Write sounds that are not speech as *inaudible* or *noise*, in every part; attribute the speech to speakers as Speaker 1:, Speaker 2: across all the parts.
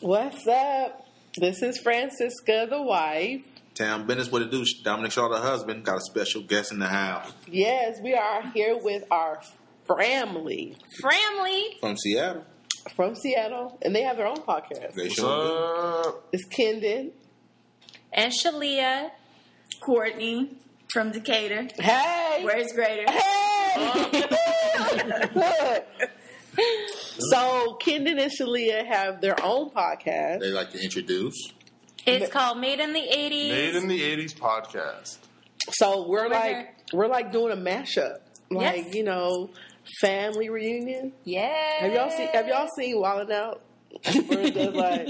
Speaker 1: What's up? This is Francisca, the wife.
Speaker 2: Tam Bennett's what it do. Dominic Shaw, the husband, got a special guest in the house
Speaker 1: Yes, we are here with our family
Speaker 3: Family.
Speaker 2: from Seattle.
Speaker 1: from Seattle, and they have their own podcast.
Speaker 2: They
Speaker 4: What's
Speaker 2: sure
Speaker 4: up?
Speaker 1: It's Kendon.
Speaker 3: And Shalia.
Speaker 5: Courtney from Decatur.
Speaker 1: Hey!
Speaker 5: Where's Greater?
Speaker 1: *laughs* Hey! Look. so, Kendon and Shalia have their own
Speaker 2: do. They
Speaker 1: podcast.
Speaker 2: like to introduce.
Speaker 3: It's called Made in the 80s.
Speaker 4: Made in the 80s podcast.
Speaker 1: So, we're
Speaker 3: We're
Speaker 1: like
Speaker 3: here.
Speaker 1: we're like doing a mashup. Like,
Speaker 3: Yes.
Speaker 1: you know, family reunion.
Speaker 3: yeah.
Speaker 1: Have y'all seen have y'all seen Wildin' Out? Where it does like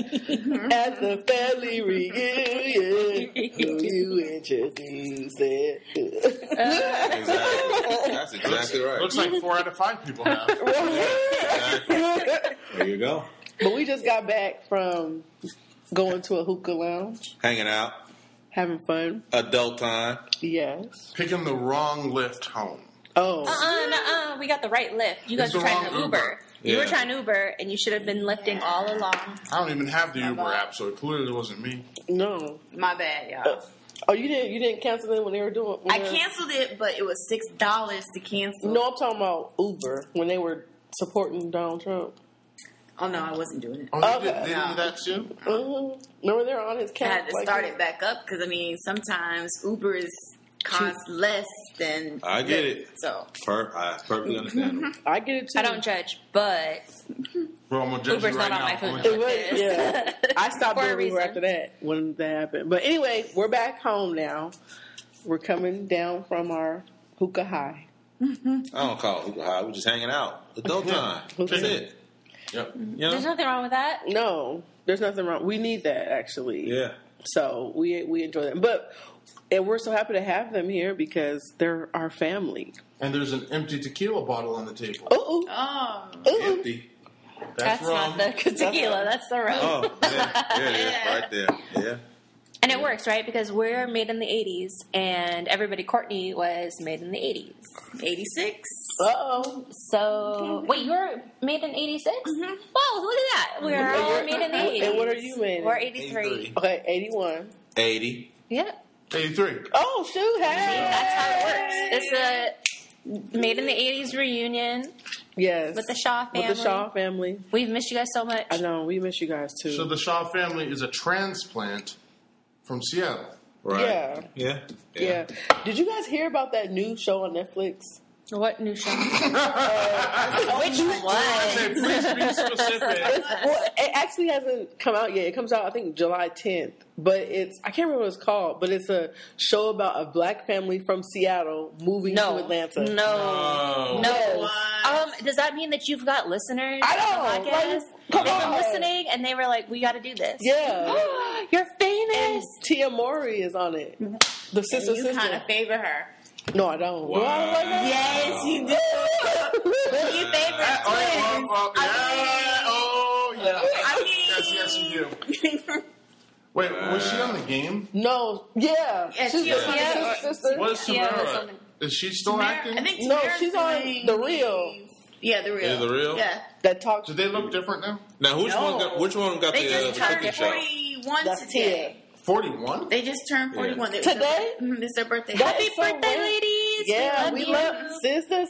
Speaker 1: at the family reunion, who you introduce it?
Speaker 2: Exactly. That's exactly right.
Speaker 4: Looks like four out of five people have.
Speaker 2: There you go.
Speaker 1: but we just got back from going to a hookah lounge,
Speaker 2: Hanging out.
Speaker 1: having fun.
Speaker 2: Adult time.
Speaker 1: Yes.
Speaker 4: *laughs* Picking the wrong lift home.
Speaker 1: Oh,
Speaker 3: Uh-uh, uh we got the right lift. You guys
Speaker 4: It's
Speaker 3: were
Speaker 4: the
Speaker 3: trying
Speaker 4: wrong
Speaker 3: to Uber.
Speaker 4: Uber.
Speaker 3: You were
Speaker 2: Yeah.
Speaker 3: trying to Uber, and you should have been lifting all along.
Speaker 4: I don't even have the Uber app, so it clearly wasn't me.
Speaker 1: no.
Speaker 5: My bad, y'all.
Speaker 1: Oh, you didn't you didn't cancel it when they were doing? When
Speaker 5: I
Speaker 1: they were-
Speaker 5: canceled it, but it was six dollars to cancel.
Speaker 1: No, I'm talking about Uber when they were supporting Donald Trump.
Speaker 5: Oh no, I wasn't doing it.
Speaker 4: Oh,
Speaker 1: Okay.
Speaker 4: they, did, they did that too?
Speaker 1: Mhm. Remember they're on his
Speaker 5: I
Speaker 1: couch.
Speaker 5: Uh-huh. had to
Speaker 1: like-
Speaker 5: start it back up because I mean sometimes Uber is costs less than
Speaker 2: I get it.
Speaker 5: So
Speaker 2: Per- I perfectly understand.
Speaker 1: I get it too.
Speaker 3: I don't judge, but
Speaker 4: Bro, I'm going to judge
Speaker 3: Uber's
Speaker 4: you right
Speaker 3: not on my
Speaker 4: now.
Speaker 3: food.
Speaker 4: I'm
Speaker 1: It
Speaker 4: gonna-
Speaker 1: was, yeah.
Speaker 3: *laughs*
Speaker 1: I stopped
Speaker 3: For a
Speaker 1: doing Uber
Speaker 3: reason.
Speaker 1: after that when that happened. But anyway, we're back home now. We're coming down from our hookah high.
Speaker 2: I don't call it hookah high. We're just hanging out. Adult time. That's it.
Speaker 4: Yep.
Speaker 2: You
Speaker 3: there's
Speaker 2: know?
Speaker 3: nothing wrong with that.
Speaker 1: No, there's nothing wrong. We need that actually.
Speaker 2: Yeah.
Speaker 1: So we we enjoy that, but and we're so happy to have them here because they're our family.
Speaker 4: And there's an empty tequila bottle on the table.
Speaker 1: Ooh,
Speaker 5: oh
Speaker 1: ooh, ooh.
Speaker 2: Empty.
Speaker 3: That's,
Speaker 4: That's, wrong.
Speaker 3: not the *laughs* tequila. That's the rum.
Speaker 2: Oh, yeah. Yeah,
Speaker 3: *laughs*
Speaker 2: yeah. Right there. Yeah.
Speaker 3: And it works, right? Because we're made in the 80s, and everybody, Courtney, was made in the 80s.
Speaker 5: 86.
Speaker 1: Uh oh.
Speaker 3: So, wait, you were made in 86? Whoa, look at that. We're all made in the 80s.
Speaker 1: And what are you made in?
Speaker 3: We're 83.
Speaker 1: Okay, eighty-one.
Speaker 2: 80.
Speaker 3: Yeah.
Speaker 4: 83.
Speaker 1: Oh shoot! Hey,
Speaker 3: That's how it works. It's a made in the 80s reunion
Speaker 1: yes
Speaker 3: with the Shaw family.
Speaker 1: with the Shaw family.
Speaker 3: We've missed you guys so much.
Speaker 1: I know we miss you guys too.
Speaker 4: So the Shaw family is a transplant
Speaker 3: *laughs*
Speaker 4: from Seattle.
Speaker 2: Right.
Speaker 1: Yeah.
Speaker 2: Yeah.
Speaker 1: Yeah. Did you guys hear about that new show on Netflix?
Speaker 3: What new show?
Speaker 4: *laughs*
Speaker 1: Which
Speaker 4: I said,
Speaker 3: *laughs*
Speaker 4: please be specific.
Speaker 1: Well, it actually hasn't come out yet. It comes out, I think, July 10th. But it's, I can't remember what it's called, but it's a show about a black family from Seattle moving
Speaker 3: No.
Speaker 1: to Atlanta.
Speaker 3: No.
Speaker 4: Oh.
Speaker 3: No.
Speaker 5: What?
Speaker 3: Um, does that mean that you've got listeners?
Speaker 1: I
Speaker 3: on
Speaker 1: know.
Speaker 3: the
Speaker 1: Like,
Speaker 3: podcast?
Speaker 1: come
Speaker 3: They've been
Speaker 1: on.
Speaker 3: listening and they were like, we got to do this.
Speaker 1: Yeah.
Speaker 3: *gasps* You're famous.
Speaker 1: Tia Mori is on it. The sister,
Speaker 5: You kind
Speaker 1: sister.
Speaker 5: of favor her.
Speaker 1: No, I don't.
Speaker 2: Wow.
Speaker 1: Well, I
Speaker 5: Yes, you do.
Speaker 1: was like,
Speaker 5: You favor
Speaker 4: Oh, oh,
Speaker 5: twins.
Speaker 4: oh, yeah. Oh, yeah.
Speaker 5: I mean,
Speaker 4: Yes, yes, you do. Wait, was she on the game?
Speaker 1: *laughs* no. Yeah.
Speaker 5: Yeah,
Speaker 1: she's
Speaker 5: Tia
Speaker 1: the
Speaker 5: Mori.
Speaker 1: sister, sister.
Speaker 4: What is
Speaker 3: Yeah, that's
Speaker 4: Tamara?
Speaker 3: something.
Speaker 4: Is she still acting?
Speaker 5: *laughs* I think
Speaker 1: No,
Speaker 5: Tamara's
Speaker 1: she's on
Speaker 5: doing
Speaker 1: The Real.
Speaker 5: Yeah, the real.
Speaker 2: Yeah, The Real?
Speaker 5: Yeah.
Speaker 1: That talks.
Speaker 4: Do they look different now?
Speaker 2: Now, which
Speaker 5: No.
Speaker 2: one got, which one got
Speaker 5: They
Speaker 2: the, uh,
Speaker 5: just
Speaker 2: the
Speaker 5: turned
Speaker 2: cooking show?
Speaker 5: 41
Speaker 1: That's Tia.
Speaker 5: today.
Speaker 4: 41?
Speaker 5: They just turned 41. It was
Speaker 1: Today?
Speaker 5: Their, mhm, it's their birthday.
Speaker 1: That
Speaker 3: Happy
Speaker 1: is so
Speaker 3: birthday,
Speaker 1: weird.
Speaker 3: ladies.
Speaker 1: Yeah, we
Speaker 3: you.
Speaker 1: love, sister,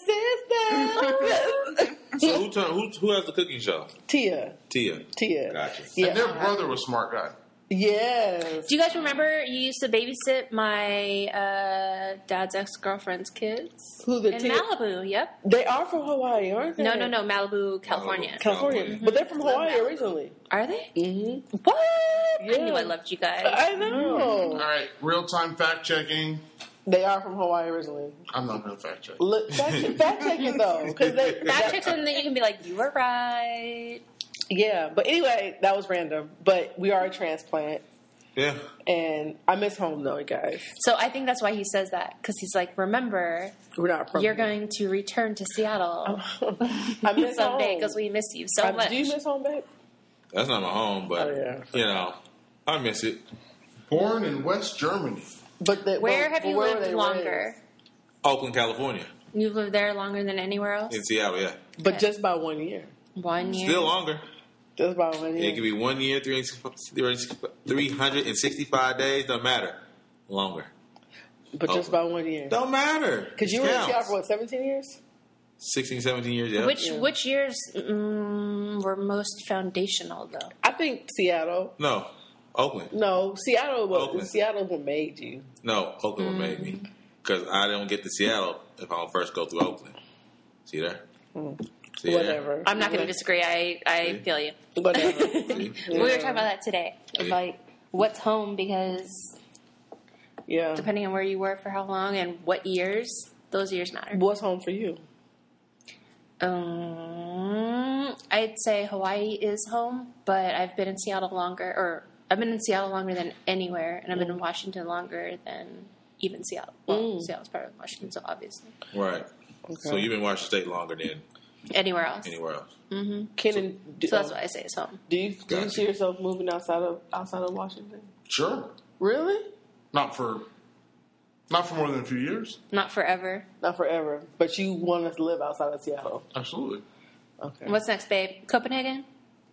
Speaker 1: sister.
Speaker 2: So who, turn, who who has the cooking show?
Speaker 1: Tia.
Speaker 2: Tia.
Speaker 1: Tia.
Speaker 2: Gotcha.
Speaker 1: Yeah.
Speaker 4: And their brother was smart guy.
Speaker 1: Yes.
Speaker 3: Do you guys remember you used to babysit my uh, dad's ex girlfriend's kids
Speaker 1: Who the
Speaker 3: in
Speaker 1: Tia?
Speaker 3: Malibu? Yep.
Speaker 1: They are from Hawaii, aren't they?
Speaker 3: No, no, Mm-hmm. no, Malibu, California.
Speaker 1: California, but they're from Hawaii originally.
Speaker 3: Are they?
Speaker 1: Mm-hmm.
Speaker 3: What? I
Speaker 1: Yeah.
Speaker 3: knew I loved you guys.
Speaker 1: I know
Speaker 4: All right, real time fact checking.
Speaker 1: they are from Hawaii originally.
Speaker 4: I'm not going to fact check.
Speaker 1: Look, fact check- fact check it though, because they
Speaker 3: *laughs* Fact
Speaker 1: that-
Speaker 3: check and then you can be like, you were right.
Speaker 1: Yeah, but anyway, that was random. But we are a transplant,
Speaker 2: Yeah.
Speaker 1: and I miss home though, guys.
Speaker 3: So I think that's why he says that because he's like, remember,
Speaker 1: We're not from.
Speaker 3: you're
Speaker 1: here.
Speaker 3: going to return to Seattle
Speaker 1: *laughs* I miss
Speaker 3: *laughs* someday
Speaker 1: home.
Speaker 3: because we miss you so
Speaker 1: I-
Speaker 3: much.
Speaker 1: do you miss home, babe?
Speaker 2: That's not my home, but
Speaker 1: Oh, yeah.
Speaker 2: you know, I miss it.
Speaker 4: Born in West Germany.
Speaker 1: But the,
Speaker 3: Where
Speaker 1: but-
Speaker 3: have
Speaker 1: but
Speaker 3: you
Speaker 1: where were
Speaker 3: lived
Speaker 1: they
Speaker 3: longer?
Speaker 1: raised?
Speaker 2: Oakland, California,
Speaker 3: You've lived there longer than anywhere else.
Speaker 2: in Seattle. Yeah,
Speaker 1: But just by one year.
Speaker 3: One year.
Speaker 2: still longer.
Speaker 1: That's about one
Speaker 2: It could
Speaker 1: year.
Speaker 2: be one year, 365 days, don't matter. Longer.
Speaker 1: But just
Speaker 2: over.
Speaker 1: about one year.
Speaker 2: Don't matter.
Speaker 1: Because you were in TR for what, 17 years?
Speaker 2: 16, 17 years, yeah.
Speaker 3: Which which years mm, were most foundational though?
Speaker 1: I think Seattle.
Speaker 2: No, Oakland.
Speaker 1: No, Seattle was
Speaker 2: Oakland.
Speaker 1: Seattle what made you.
Speaker 2: No, Oakland would made
Speaker 1: Mm.
Speaker 2: me. Because I don't get to Seattle if I don't first go through Oakland. See there? See there?
Speaker 1: Mm. Whatever.
Speaker 3: I'm not going to
Speaker 1: What-
Speaker 3: disagree. I I
Speaker 2: See?
Speaker 3: feel you.
Speaker 1: Whatever.
Speaker 3: *laughs*
Speaker 2: See?
Speaker 3: We were talking about that today.
Speaker 2: Yeah.
Speaker 3: Like what's home because
Speaker 1: yeah.
Speaker 3: depending on where you were for how long and what years, those years matter.
Speaker 1: What's home for you?
Speaker 3: Um, I'd say Hawaii is home, but I've been in Seattle longer, or I've been in Seattle longer than anywhere, and I've been in Washington longer than even Seattle. Well, Seattle's part of Washington, so obviously
Speaker 2: Right. So you've been Washington State longer than
Speaker 3: anywhere else.
Speaker 2: anywhere else.
Speaker 1: Kenan, do,
Speaker 3: So that's why I say it's home.
Speaker 1: uh, do you do you
Speaker 2: Gotcha.
Speaker 1: see yourself moving outside of outside of Washington?
Speaker 4: Sure.
Speaker 1: Really?
Speaker 4: Not for not for more than a few years.
Speaker 3: Not forever.
Speaker 1: Not forever, but you want to live outside of Seattle.
Speaker 4: Absolutely.
Speaker 1: Okay.
Speaker 3: What's next, babe? Copenhagen.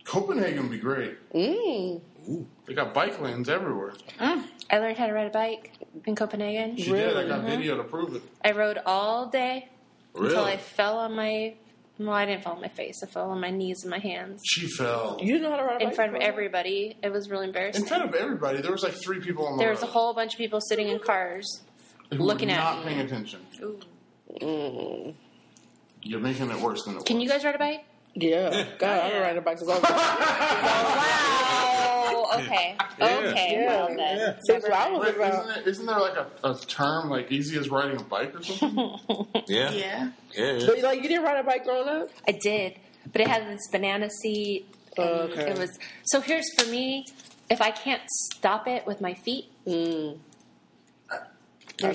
Speaker 4: Copenhagen would be great.
Speaker 1: Mm,
Speaker 2: Ooh.
Speaker 4: They got bike lanes everywhere.
Speaker 3: I learned how to ride a bike in Copenhagen.
Speaker 4: She did. I got video to prove it.
Speaker 3: I rode all day
Speaker 2: Really?
Speaker 3: until I fell on my. Well, I didn't fall on my face. I fell on my knees and my hands
Speaker 4: She fell
Speaker 1: you know how to ride a
Speaker 3: in
Speaker 1: bike
Speaker 3: front of
Speaker 1: bro?
Speaker 3: everybody. It was really embarrassing.
Speaker 4: in front of everybody. There was like three people on the
Speaker 3: There
Speaker 4: road
Speaker 3: was a whole bunch of people sitting in cars.
Speaker 4: who
Speaker 3: looking
Speaker 4: were
Speaker 3: at
Speaker 4: not
Speaker 3: me.
Speaker 4: paying attention.
Speaker 5: Ooh.
Speaker 4: You're making it worse than it
Speaker 3: Can
Speaker 4: was.
Speaker 3: you guys ride a bike?
Speaker 1: Yeah. God, I've been riding a bike since I
Speaker 3: *laughs*
Speaker 1: was
Speaker 3: Wow. Oh, Okay. Okay.
Speaker 1: Yeah.
Speaker 3: Well, then.
Speaker 2: Yeah.
Speaker 1: since I was
Speaker 4: Wait,
Speaker 1: about.
Speaker 4: isn't, it, isn't there like a, a term like easy as riding a bike
Speaker 3: *laughs*
Speaker 4: or something?
Speaker 2: Yeah. Yeah.
Speaker 5: Yeah.
Speaker 2: yeah.
Speaker 1: But like, you didn't ride a bike growing up.
Speaker 3: I did, but it had this banana seat. and
Speaker 1: Okay.
Speaker 3: It was so. Here's for me. If I can't stop it with my feet, there's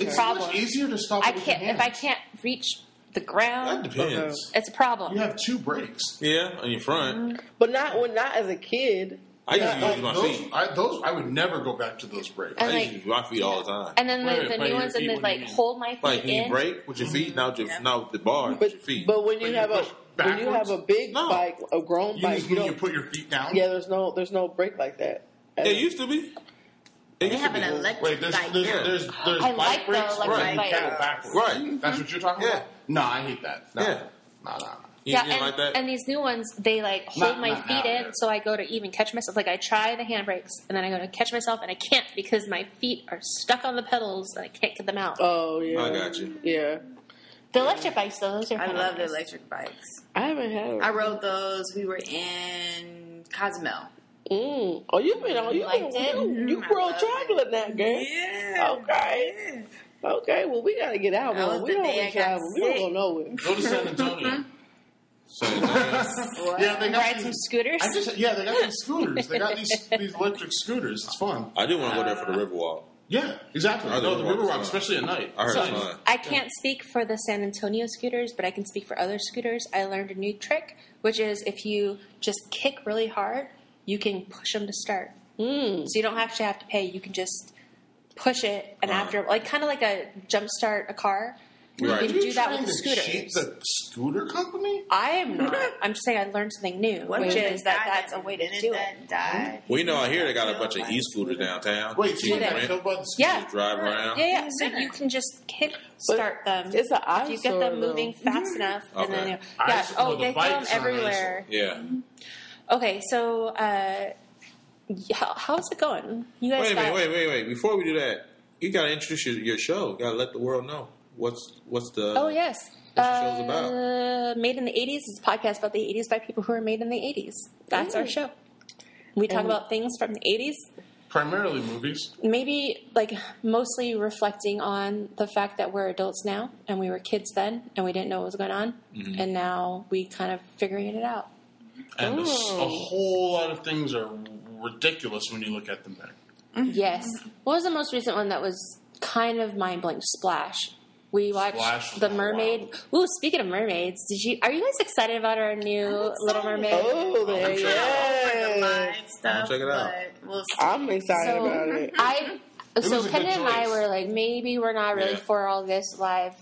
Speaker 1: Okay.
Speaker 3: a
Speaker 4: It's so
Speaker 3: problem.
Speaker 4: much easier to stop.
Speaker 3: I
Speaker 4: it with
Speaker 3: can't.
Speaker 4: your
Speaker 3: If I
Speaker 4: hands.
Speaker 3: can't reach the
Speaker 2: That
Speaker 3: ground,
Speaker 2: depends.
Speaker 3: it's a problem.
Speaker 4: you have two brakes.
Speaker 2: Yeah, on your
Speaker 3: Mm-hmm.
Speaker 2: front.
Speaker 1: But not when not as a kid.
Speaker 2: I used to
Speaker 4: Like,
Speaker 2: use my
Speaker 4: those,
Speaker 2: feet.
Speaker 4: I, those, I would never go back to those brakes.
Speaker 3: And
Speaker 2: I used
Speaker 3: like-
Speaker 2: to use my feet all the time.
Speaker 3: And then
Speaker 4: Wait a minute,
Speaker 3: the, the
Speaker 4: but
Speaker 3: new
Speaker 4: your
Speaker 3: ones,
Speaker 4: feet,
Speaker 3: and then
Speaker 4: what do you
Speaker 3: like
Speaker 4: mean?
Speaker 3: hold my feet
Speaker 2: Like, can you
Speaker 3: in.
Speaker 2: brake with your feet? Not with, your,
Speaker 3: Mm-hmm.
Speaker 2: not with the bar, with
Speaker 1: But
Speaker 2: your feet.
Speaker 1: but when you
Speaker 4: But you
Speaker 1: have a
Speaker 4: push
Speaker 1: when you have
Speaker 4: backwards?
Speaker 1: a big
Speaker 2: No.
Speaker 1: bike, a grown
Speaker 4: you
Speaker 1: bike,
Speaker 4: just
Speaker 1: you
Speaker 4: when you
Speaker 1: don't,
Speaker 4: put your feet down.
Speaker 1: yeah, there's no there's no brake like that.
Speaker 2: it used to be. It
Speaker 5: They
Speaker 2: used to
Speaker 5: have
Speaker 2: be.
Speaker 5: an electric
Speaker 4: Wait, there's
Speaker 5: bike.
Speaker 4: there's,
Speaker 2: Yeah.
Speaker 4: there's, there's
Speaker 3: I
Speaker 4: bike
Speaker 3: like the
Speaker 4: brakes
Speaker 3: electric
Speaker 4: where you
Speaker 3: bike.
Speaker 4: pedal backwards.
Speaker 2: Right.
Speaker 4: That's what you're talking
Speaker 2: Yeah.
Speaker 4: about. No, I hate that. No.
Speaker 2: Yeah.
Speaker 4: No, no, no.
Speaker 2: You
Speaker 3: yeah,
Speaker 2: didn't
Speaker 3: and,
Speaker 2: like that?
Speaker 3: and these new ones, they like hold
Speaker 4: Not-
Speaker 3: my
Speaker 4: not
Speaker 3: feet
Speaker 4: out
Speaker 3: in,
Speaker 4: there.
Speaker 3: so I go to even catch myself. Like I try the handbrakes, and then I go to catch myself, and I can't because my feet are stuck on the pedals, and I can't get them out.
Speaker 1: Oh yeah,
Speaker 2: I got you.
Speaker 1: Yeah,
Speaker 3: the electric bikes, though, those are.
Speaker 5: I
Speaker 3: kinda
Speaker 5: love the
Speaker 3: nice.
Speaker 5: electric bikes.
Speaker 1: I haven't had.
Speaker 5: I
Speaker 1: It.
Speaker 5: rode those. We were in Cozumel.
Speaker 1: Mm. Oh, you've been on. You
Speaker 3: Liked it?
Speaker 1: you, you
Speaker 5: Mm, I
Speaker 1: world
Speaker 5: love it.
Speaker 1: traveling that girl.
Speaker 5: Yeah.
Speaker 1: Okay. Okay, well we gotta get out,
Speaker 5: That
Speaker 1: man.
Speaker 5: was
Speaker 1: We
Speaker 5: the
Speaker 1: don't
Speaker 5: day I
Speaker 1: wanna
Speaker 5: got
Speaker 1: travel. We don't
Speaker 5: sick.
Speaker 1: go nowhere.
Speaker 4: Go to San Antonio.
Speaker 2: San Antonio.
Speaker 4: yeah, they got
Speaker 3: Ride
Speaker 4: these-
Speaker 3: some scooters.
Speaker 4: I just, yeah, they got these scooters. They got these these electric scooters. It's fun.
Speaker 2: I do want to go there for the
Speaker 3: Uh,
Speaker 2: Riverwalk.
Speaker 4: Yeah, exactly.
Speaker 2: I
Speaker 4: No, the
Speaker 2: love
Speaker 4: Riverwalk,
Speaker 2: it.
Speaker 4: especially at night.
Speaker 2: I heard
Speaker 4: It's
Speaker 2: it's
Speaker 4: nice.
Speaker 2: fun.
Speaker 3: I can't speak for the San Antonio scooters, but I can speak for other scooters. I learned a new trick, which is if you just kick really hard, you can push them to start. Mm. So you don't actually have to pay. You can just push it, and
Speaker 2: Right.
Speaker 3: after, like kind of like a jump start a car.
Speaker 2: Right.
Speaker 3: You
Speaker 4: Are
Speaker 3: can
Speaker 4: you
Speaker 3: do that
Speaker 4: trying
Speaker 3: with the
Speaker 4: to cheat
Speaker 3: scooters.
Speaker 4: the scooter company?
Speaker 3: I am not. I'm just saying I learned something new,
Speaker 5: What
Speaker 3: which
Speaker 5: if they
Speaker 3: is that
Speaker 5: died?
Speaker 3: that's a way to
Speaker 5: Didn't
Speaker 3: do it.
Speaker 5: that die?
Speaker 2: Well, you know, I hear they got a bunch of e-scooters downtown.
Speaker 4: Wait, so you
Speaker 3: Yeah.
Speaker 4: got killed by the scooter?
Speaker 3: Yeah.
Speaker 2: drive around.
Speaker 3: Yeah, yeah. So you can just kick
Speaker 1: But
Speaker 3: start them.
Speaker 1: It's an
Speaker 3: If
Speaker 1: eyesore.
Speaker 3: you get them moving
Speaker 1: though.
Speaker 3: fast enough, and then
Speaker 2: Okay.
Speaker 3: you yeah.
Speaker 4: Eyesore,
Speaker 3: Oh,
Speaker 4: the
Speaker 3: they throw them
Speaker 4: bikes are an
Speaker 3: everywhere.
Speaker 2: Yeah.
Speaker 3: Okay, so uh, yeah, how's it going? You guys
Speaker 2: Wait a
Speaker 3: got
Speaker 2: minute, wait, wait, wait. Before we do that, you got to introduce your, your show. Got to let the world know what's what's the.
Speaker 3: Oh yes.
Speaker 2: What's the show's about?
Speaker 3: Uh, Made in the 80s is a podcast about the 80s by people who are made in the 80s. That's our show. We talk about things from the 80s,
Speaker 4: Primarily movies.
Speaker 3: maybe like mostly reflecting on the fact that we're adults now and we were kids then and we didn't know what was going on
Speaker 2: Mm-hmm.
Speaker 3: and now we kind of figuring it out.
Speaker 4: And a, s-
Speaker 3: Oh.
Speaker 4: a whole lot of things are ridiculous when you look at them there.
Speaker 3: Yes. What was the most recent one that was kind of mind blowing? Splash. We watched
Speaker 4: Splash was
Speaker 3: the
Speaker 4: wild.
Speaker 3: Mermaid. Ooh, speaking of mermaids, did you? Are you guys excited about our new Little Mermaid?
Speaker 1: Oh, there,
Speaker 2: sure.
Speaker 5: For the
Speaker 1: yeah.
Speaker 5: live stuff,
Speaker 2: Check it out.
Speaker 5: but We'll see.
Speaker 1: I'm excited
Speaker 3: So
Speaker 1: about
Speaker 5: *laughs*
Speaker 1: it.
Speaker 3: I. So
Speaker 4: was a good
Speaker 3: Ken and I
Speaker 4: choice.
Speaker 3: were like, maybe we're not really
Speaker 2: Yeah.
Speaker 3: for all this live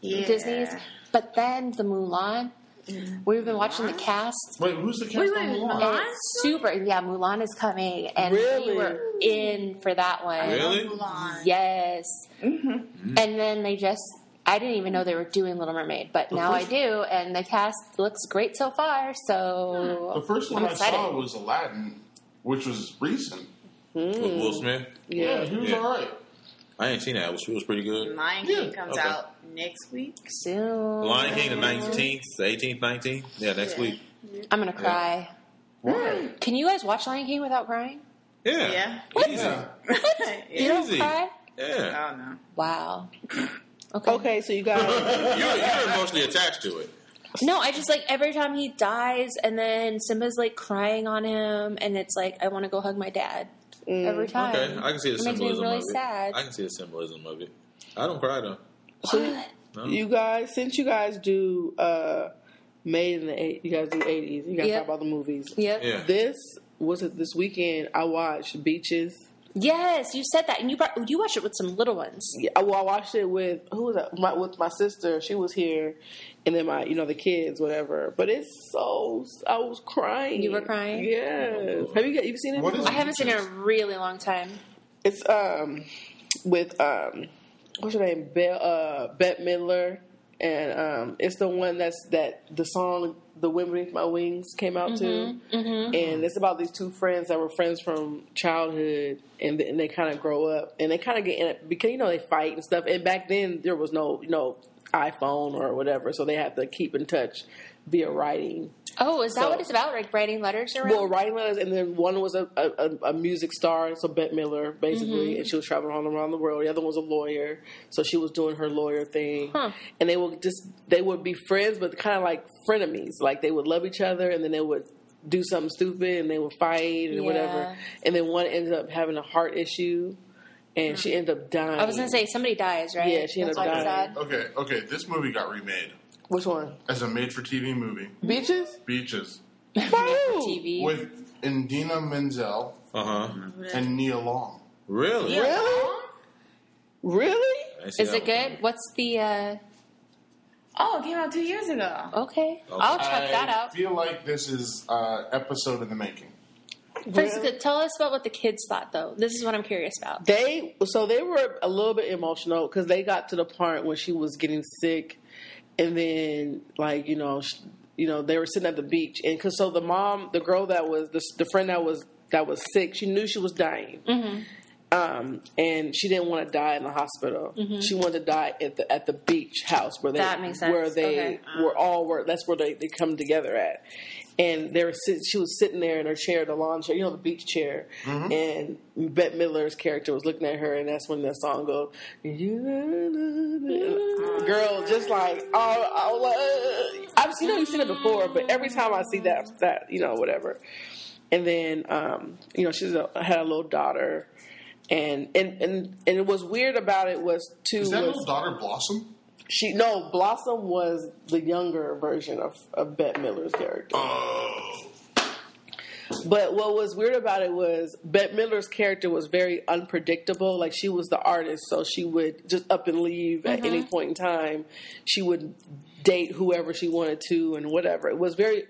Speaker 5: Yeah.
Speaker 3: Disney's, but then the Mulan.
Speaker 1: Mm.
Speaker 3: We've been watching the cast.
Speaker 4: Wait, who's the cast
Speaker 5: Wait,
Speaker 4: on
Speaker 5: wait,
Speaker 4: Mulan?
Speaker 5: Mulan?
Speaker 3: It's super. Yeah, Mulan is coming, and
Speaker 1: Really?
Speaker 3: we were in for that one.
Speaker 2: Really?
Speaker 5: Mulan.
Speaker 3: Yes.
Speaker 1: Mm-hmm.
Speaker 2: Mm-hmm.
Speaker 3: And then they just. I didn't even know they were doing Little Mermaid, but now I do, and the cast looks great so far. So
Speaker 2: Hmm.
Speaker 4: The first one
Speaker 3: I'm
Speaker 4: I
Speaker 3: excited.
Speaker 4: saw was Aladdin, which was recent.
Speaker 2: With Will Smith.
Speaker 4: Yeah,
Speaker 1: Yeah.
Speaker 4: he was
Speaker 2: Yeah.
Speaker 4: all right.
Speaker 2: I ain't seen that. It was, it was pretty good.
Speaker 5: Lion King
Speaker 4: Yeah,
Speaker 5: comes
Speaker 2: okay.
Speaker 5: out next week.
Speaker 3: soon,
Speaker 2: Lion King the nineteenth, the eighteenth, nineteenth. Yeah, next
Speaker 5: Yeah.
Speaker 2: week.
Speaker 3: I'm gonna cry. Can you guys watch Lion King without crying?
Speaker 2: Yeah.
Speaker 5: Yeah.
Speaker 2: Easy.
Speaker 4: Yeah.
Speaker 3: You
Speaker 5: *laughs* *laughs* yeah.
Speaker 3: don't
Speaker 2: Easy.
Speaker 3: cry?
Speaker 2: Yeah.
Speaker 5: I don't know.
Speaker 1: *clears throat*
Speaker 3: Wow. Okay.
Speaker 1: Okay, so you guys.
Speaker 2: You're, you're emotionally attached to it.
Speaker 3: No, I just like every time he dies, and then Simba's like crying on him, and it's like I want to go hug my dad
Speaker 1: Mm.
Speaker 3: every time.
Speaker 2: Okay, I can see the
Speaker 3: It makes me
Speaker 2: symbolism
Speaker 3: really
Speaker 2: of it.
Speaker 3: sad.
Speaker 2: I can see the symbolism of it. I don't cry though.
Speaker 3: What?
Speaker 2: No.
Speaker 1: You guys, since you guys do uh, Made in the eight, you guys do eighties. You guys
Speaker 3: Yep.
Speaker 1: talk about the movies.
Speaker 3: Yep.
Speaker 2: yeah.
Speaker 1: This was it. This weekend, I watched Beaches.
Speaker 3: Yes, you said that, and you brought you watched it with some little ones.
Speaker 1: Yeah, well, I watched it with who was that? My, with my sister. She was here, and then my you know the kids, whatever. But it's so I was crying.
Speaker 3: You were crying?
Speaker 1: Yes. Have you you seen it?
Speaker 4: What is
Speaker 1: before?
Speaker 3: I haven't seen it in a really long time.
Speaker 1: It's um with um what's her name? Be- uh Bette Midler and um it's the one that's that the song The Wind Beneath My Wings came out to. And it's about these two friends that were friends from childhood and, th- and they kind of grow up and they kind of get in it because you know they fight and stuff and back then there was no you know iPhone or whatever so they have to keep in touch via writing
Speaker 3: Oh, is that
Speaker 1: So-
Speaker 3: what it's about? Like writing letters around?
Speaker 1: well, writing letters, and then one was a, a, a- a music star, so Bette Miller, basically,
Speaker 3: Mm-hmm.
Speaker 1: and she was traveling all around the world. The other one was a lawyer, so she was doing her lawyer thing.
Speaker 3: Huh.
Speaker 1: And they would just they would be friends, but kind of like frenemies. Like they would love each other, and then they would do something stupid, and they would fight and
Speaker 3: Yeah.
Speaker 1: whatever. And then one ended up having a heart issue, and she ended up dying.
Speaker 3: Mm. I was gonna say somebody dies, right?
Speaker 1: Yeah, she ended
Speaker 3: That's
Speaker 1: up
Speaker 3: why it's
Speaker 1: dying.
Speaker 3: sad.
Speaker 4: Okay, okay. This movie got remade
Speaker 1: which
Speaker 3: *laughs*
Speaker 1: one?
Speaker 4: as a made-for-TV movie.
Speaker 1: Beaches.
Speaker 4: Beaches
Speaker 1: By who?
Speaker 3: TV.
Speaker 4: with Indina Menzel
Speaker 2: Uh huh.
Speaker 4: and Nia Long.
Speaker 2: Really?
Speaker 1: Really? Really?
Speaker 2: I didn't see
Speaker 3: is
Speaker 2: that
Speaker 3: it
Speaker 2: one.
Speaker 3: good? What's the? uh
Speaker 5: Oh, it came out two years ago.
Speaker 3: Okay, I'll check
Speaker 4: I
Speaker 3: that out.
Speaker 4: feel like this is uh, episode in the making.
Speaker 3: First, tell us about what the kids thought, though. This is what I'm curious about.
Speaker 1: they so they were a little bit emotional because they got to the part when she was getting sick and then like you know sh you know they were sitting at the beach and because so the mom the girl that was the, the friend that was that was sick she knew she was dying um, and she didn't want to die in the hospital she wanted to die at the at the beach house where they
Speaker 3: Mm-hmm. That makes sense.
Speaker 1: where they
Speaker 3: Okay.
Speaker 1: were all were that's where they, they come together at and they were sit- she was sitting there in her chair the lawn chair you know the beach chair and Bette Midler's character was looking at her and that's when that song goes
Speaker 3: Ah.
Speaker 1: girl just like oh, oh uh, I've seen you know, you've seen it before but every time I see that that you know whatever and then um, you know she's a, had a little daughter and and and and what's weird about it was too
Speaker 4: Is that
Speaker 1: was,
Speaker 4: little daughter Blossom?
Speaker 1: she no Blossom was the younger version of, of Bette Miller's character.
Speaker 4: Oh,
Speaker 1: But what was weird about it was Bette Miller's character was very unpredictable. Like she was the artist, so she would just up and leave at any point in time. She would date whoever she wanted to and whatever. It was very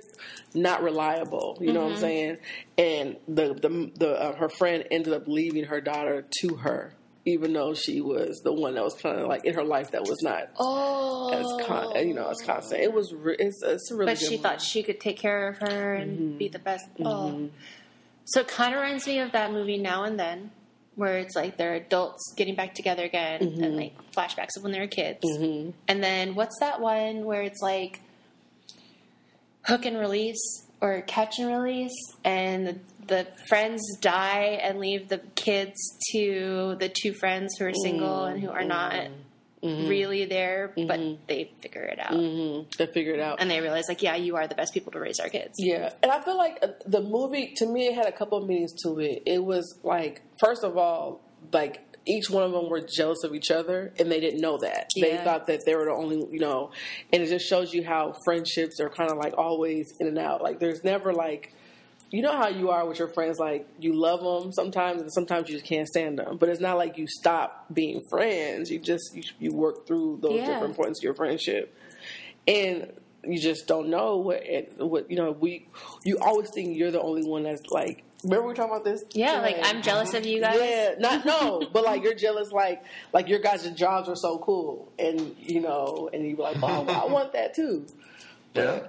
Speaker 1: not reliable. You know what I'm saying? And the the, the uh, her friend ended up leaving her daughter to her. Even though she was the one that was kind of like in her life that was not
Speaker 3: Oh,
Speaker 1: as con- you know as constant. It was re- it's, it's a really
Speaker 3: but she
Speaker 1: good Mm-hmm.
Speaker 3: thought she could take care of her and be the best. Oh, so it kind of reminds me of that movie Now and Then, where it's like they're adults getting back together again,
Speaker 1: Mm-hmm.
Speaker 3: and like flashbacks of when they were kids. And then what's that one where it's like hook and release or catch and release, and the, the friends die and leave the kids to the two friends who are single and who are not.
Speaker 1: Mm-hmm.
Speaker 3: Really there, but they figure it out
Speaker 1: one. to figure it out.
Speaker 3: and they realize like yeah you are the best people to raise our kids
Speaker 1: Yeah, and I feel like uh, the movie to me it had a couple of meanings to it. It was like first of all, like each one of them were jealous of each other, and they didn't know that. They
Speaker 3: Yeah.
Speaker 1: thought that they were the only, you know. And it just shows you how friendships are kind of like always in and out. Like there's never like. You know how you are with your friends, like you love them sometimes, and sometimes you just can't stand them. But it's not like you stop being friends. You just you, you work through those
Speaker 3: Yeah.
Speaker 1: different points of your friendship. And you just don't know what it, what you know. We you always think you're the only one that's like. Remember we were talking about this?
Speaker 3: Yeah,
Speaker 1: today?
Speaker 3: like I'm jealous of you guys.
Speaker 1: Yeah, not
Speaker 3: *laughs*
Speaker 1: no, but like you're jealous, like like your guys' jobs are so cool, and you know, and you're like, oh, I
Speaker 3: *laughs*
Speaker 1: want that too.
Speaker 4: Yeah.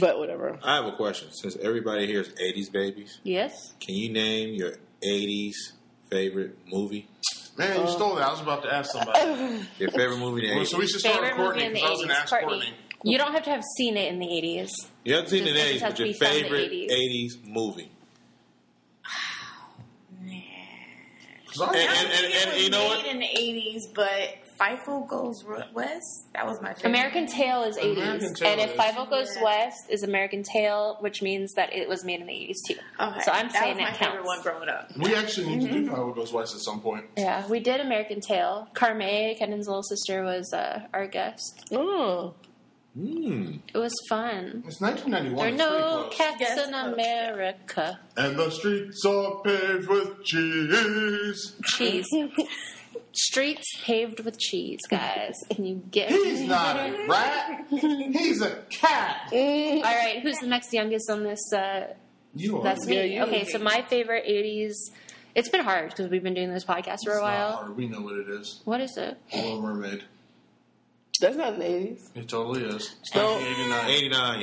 Speaker 1: But whatever.
Speaker 2: I have a question. Since everybody here is 80s babies,
Speaker 3: Yes.
Speaker 2: can you name your 80s favorite movie?
Speaker 4: Man,
Speaker 3: Uh,
Speaker 4: you stole that. I was about to ask somebody.
Speaker 3: *laughs*
Speaker 2: Your favorite movie in the
Speaker 4: Well, so we
Speaker 2: 80s?
Speaker 4: should start with
Speaker 3: Favorite movie
Speaker 4: Courtney
Speaker 3: in the
Speaker 4: because I was going to
Speaker 3: eighties,
Speaker 4: ask
Speaker 3: Courtney.
Speaker 4: Courtney.
Speaker 3: You don't have to have seen it in the eighties.
Speaker 2: You haven't seen it in the
Speaker 3: Just- it
Speaker 2: 80s,
Speaker 3: just has
Speaker 2: but
Speaker 3: to
Speaker 2: your
Speaker 3: be from the
Speaker 2: favorite
Speaker 3: 80s.
Speaker 2: 80s movie.
Speaker 4: 'Cause I'm-
Speaker 2: And, and, and,
Speaker 5: it
Speaker 2: and
Speaker 5: was
Speaker 2: you know
Speaker 5: made
Speaker 2: what?
Speaker 5: in the eighties, but Fifo Goes Ro- West. That was my favorite.
Speaker 3: American Tail is
Speaker 4: American
Speaker 3: eighties,
Speaker 4: Tail
Speaker 3: and if
Speaker 4: is-
Speaker 3: Five O Goes
Speaker 5: Yeah.
Speaker 3: West is American Tail, which means that it was made in the eighties too.
Speaker 5: Okay.
Speaker 3: So I'm
Speaker 5: that
Speaker 3: saying
Speaker 5: was my
Speaker 3: it
Speaker 5: favorite
Speaker 3: counts.
Speaker 5: one growing up.
Speaker 4: We actually need to
Speaker 3: Mm-hmm.
Speaker 4: do Power Goes West at some point.
Speaker 3: Yeah, we did American Tail. Carme, Kenan's little sister, was uh, our guest.
Speaker 1: Oh,
Speaker 4: Hmm.
Speaker 2: Mm.
Speaker 3: It was fun.
Speaker 4: It's 1991.
Speaker 3: There are
Speaker 4: it's pretty
Speaker 3: no
Speaker 4: close.
Speaker 3: cats
Speaker 5: Yes,
Speaker 3: in
Speaker 5: close, yeah.
Speaker 3: America.
Speaker 4: And the streets are paved with cheese.
Speaker 3: Cheese. Streets paved with cheese, guys. Can you
Speaker 4: *laughs*
Speaker 3: get
Speaker 4: He's not
Speaker 3: *laughs*
Speaker 4: a rat. He's a cat.
Speaker 3: All right, who's the next youngest on this? Uh,
Speaker 4: You are.
Speaker 3: that's
Speaker 1: Yeah,
Speaker 3: me.
Speaker 1: you.
Speaker 3: okay, so my favorite 80s. It's been hard because we've been doing this podcast for
Speaker 4: It's
Speaker 3: a
Speaker 4: not
Speaker 3: while.
Speaker 4: hard. We know what it is.
Speaker 3: What is it?
Speaker 4: Little Mermaid.
Speaker 1: that's not an eighties.
Speaker 4: It totally is. It's
Speaker 1: No.
Speaker 4: 1989.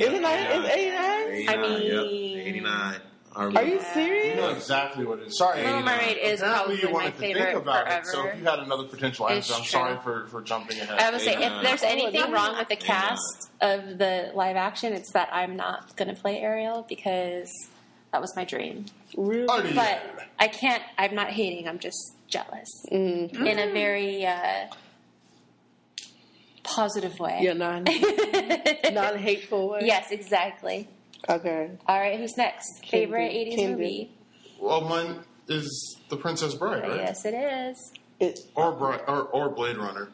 Speaker 2: 89. *laughs* yeah,
Speaker 1: Is it not? It's eighty nine.
Speaker 2: 89,
Speaker 3: I mean-
Speaker 2: yep. 89. I
Speaker 1: Are you
Speaker 2: remember.
Speaker 4: You know
Speaker 1: serious?
Speaker 4: exactly what it is. Sorry,
Speaker 3: Little
Speaker 4: 89.
Speaker 3: Mermaid is
Speaker 4: Apparently you
Speaker 3: probably my
Speaker 4: wanted to think
Speaker 3: favorite
Speaker 4: about it, so
Speaker 3: forever.
Speaker 4: if you had another potential
Speaker 3: It's
Speaker 4: answer, I'm
Speaker 3: true.
Speaker 4: sorry for, for jumping
Speaker 3: I
Speaker 4: ahead.
Speaker 3: would say if
Speaker 2: Yeah.
Speaker 3: there's
Speaker 1: Oh,
Speaker 3: anything
Speaker 1: yeah.
Speaker 3: wrong with the
Speaker 2: Yeah.
Speaker 3: cast of the live action, it's that I'm not going to play Ariel because that was my dream.
Speaker 1: Really?
Speaker 4: Oh, yeah.
Speaker 3: But I can't. I'm not hating. I'm just jealous in a very uh, positive way.
Speaker 1: Yeah, non
Speaker 3: *laughs*
Speaker 1: non hateful way.
Speaker 3: yes, exactly.
Speaker 1: Okay.
Speaker 3: All right, who's next? Favorite '80s
Speaker 1: Kindred.
Speaker 3: movie?
Speaker 4: Well, mine is The Princess Bride, right?
Speaker 3: Yes, it is.
Speaker 1: It,
Speaker 4: Or, Bri- or or Blade Runner.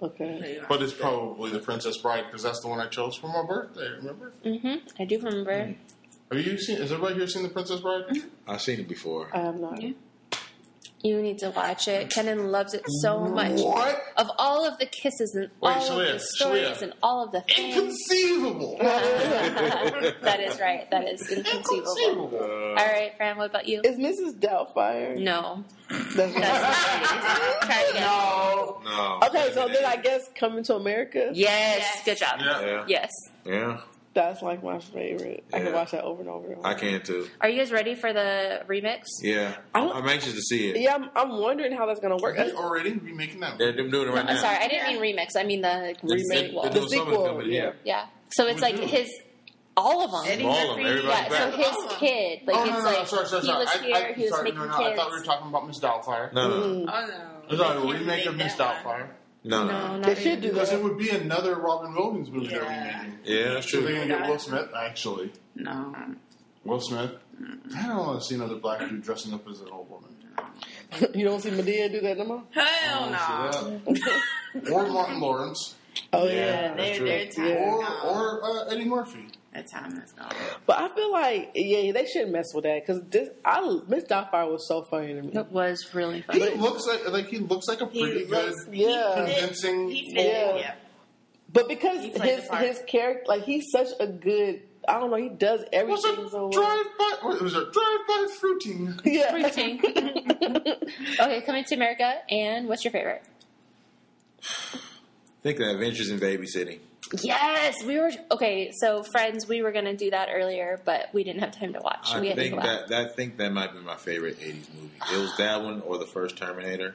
Speaker 1: okay.
Speaker 4: But it's probably The Princess Bride because that's the one I chose for my birthday, remember?
Speaker 3: Mm-hmm. I do remember.
Speaker 4: Have you seen, has everybody here seen The Princess Bride?
Speaker 3: Mm-hmm.
Speaker 2: I've seen it before.
Speaker 1: I am not.
Speaker 3: You need to watch it. Kenan loves it so much.
Speaker 4: What?
Speaker 3: Of all of the kisses and
Speaker 4: Wait,
Speaker 3: all of
Speaker 4: Shalia,
Speaker 3: the stories
Speaker 4: Shalia.
Speaker 3: and all of the things.
Speaker 4: Inconceivable!
Speaker 3: *laughs* that is right. That is inconceivable.
Speaker 4: Inconceivable!
Speaker 3: All right, Fran, what about you?
Speaker 1: *laughs* Is Mrs. Doubtfire?
Speaker 3: No. *laughs*
Speaker 1: That's
Speaker 3: That's
Speaker 1: not.
Speaker 3: not Try again.
Speaker 1: No.
Speaker 2: No.
Speaker 1: Okay, so then I guess Coming to America.
Speaker 3: Yes.
Speaker 5: Yes.
Speaker 3: Good job.
Speaker 4: Yeah.
Speaker 3: Yes.
Speaker 2: Yeah.
Speaker 1: That's like my favorite. I can
Speaker 2: Yeah.
Speaker 1: watch that over and over. And over.
Speaker 2: I can too.
Speaker 3: Are you guys ready for the remix?
Speaker 2: Yeah.
Speaker 1: I don't-
Speaker 2: I'm anxious to see it.
Speaker 1: Yeah, I'm, I'm wondering how that's gonna work.
Speaker 4: Are they already remaking that
Speaker 2: They're, they're doing it right
Speaker 3: I'm
Speaker 2: now.
Speaker 3: sorry, I didn't mean remix. I mean the
Speaker 2: They're-
Speaker 1: remake
Speaker 2: they're
Speaker 1: one.
Speaker 2: doing
Speaker 1: The
Speaker 2: some of
Speaker 1: sequel,
Speaker 2: coming, yeah.
Speaker 3: yeah. So it's like his all of them.
Speaker 5: Eddie
Speaker 2: All of them,
Speaker 5: Murphy.
Speaker 2: everybody's
Speaker 3: Yeah.
Speaker 2: back.
Speaker 3: So his kid, like
Speaker 4: oh,
Speaker 3: it's
Speaker 4: no, no,
Speaker 3: like
Speaker 4: no, sorry, sorry,
Speaker 3: he
Speaker 4: sorry.
Speaker 3: was
Speaker 4: I,
Speaker 3: here,
Speaker 4: I,
Speaker 3: he was
Speaker 4: sorry,
Speaker 3: making
Speaker 4: no, no, I
Speaker 3: kids.
Speaker 4: thought we were talking about Miss Doubtfire.
Speaker 2: No, no,
Speaker 5: Oh no.
Speaker 4: I'm sorry,
Speaker 5: They
Speaker 4: a
Speaker 5: can't
Speaker 4: remake of
Speaker 5: remake
Speaker 4: Miss
Speaker 5: that one.
Speaker 4: Doubtfire.
Speaker 2: no,
Speaker 3: no,
Speaker 2: no.
Speaker 3: not
Speaker 1: They should
Speaker 3: really.
Speaker 1: do
Speaker 4: Because it
Speaker 1: that.
Speaker 4: would be another Robin Williams movie they're
Speaker 5: Yeah.
Speaker 4: remaking.
Speaker 2: Yeah, that's
Speaker 4: So they're
Speaker 2: true.
Speaker 4: going to get Will Smith, actually.
Speaker 5: No.
Speaker 4: Will Smith. I don't want to see another black dude dressing up as an old woman.
Speaker 1: *laughs* you don't see Medea do that no more.
Speaker 2: Oh,
Speaker 4: I
Speaker 5: Hell no.
Speaker 4: don't wanna see that. or Martin Lawrence.
Speaker 1: Oh yeah.
Speaker 2: Yeah. That's
Speaker 5: They're,
Speaker 2: true.
Speaker 5: they're time.
Speaker 1: Yeah.
Speaker 4: Or,
Speaker 5: no.
Speaker 4: or uh, Eddie Murphy.
Speaker 5: That time is gone.
Speaker 1: but I feel like yeah, they shouldn't mess with that because this I Miss Doubtfire was so funny to me.
Speaker 3: It was really
Speaker 4: He
Speaker 3: fun.
Speaker 4: looks like like he looks like a
Speaker 5: He
Speaker 4: pretty good.
Speaker 5: looks
Speaker 1: Yeah.
Speaker 5: He fit,
Speaker 4: Convincing.
Speaker 5: He fit. Yeah.
Speaker 1: Yeah. But because
Speaker 5: He played
Speaker 1: his
Speaker 5: the part.
Speaker 1: his character, like he's such a good, I don't know, he does
Speaker 4: What's
Speaker 1: everything so
Speaker 4: a
Speaker 1: well.
Speaker 4: drive by? What was it? Drive by fruiting.
Speaker 1: *laughs* Yeah.
Speaker 4: *laughs*
Speaker 3: Fruiting. okay, coming to America, and what's your favorite?
Speaker 2: Think of Adventures in Babysitting.
Speaker 3: Yes, we were okay. So, friends, we were gonna do that earlier, but we didn't have time to watch. we
Speaker 2: I
Speaker 3: had to
Speaker 2: think
Speaker 3: go out.
Speaker 2: that, that I think that might be my favorite '80s movie. It was that one, or the first Terminator,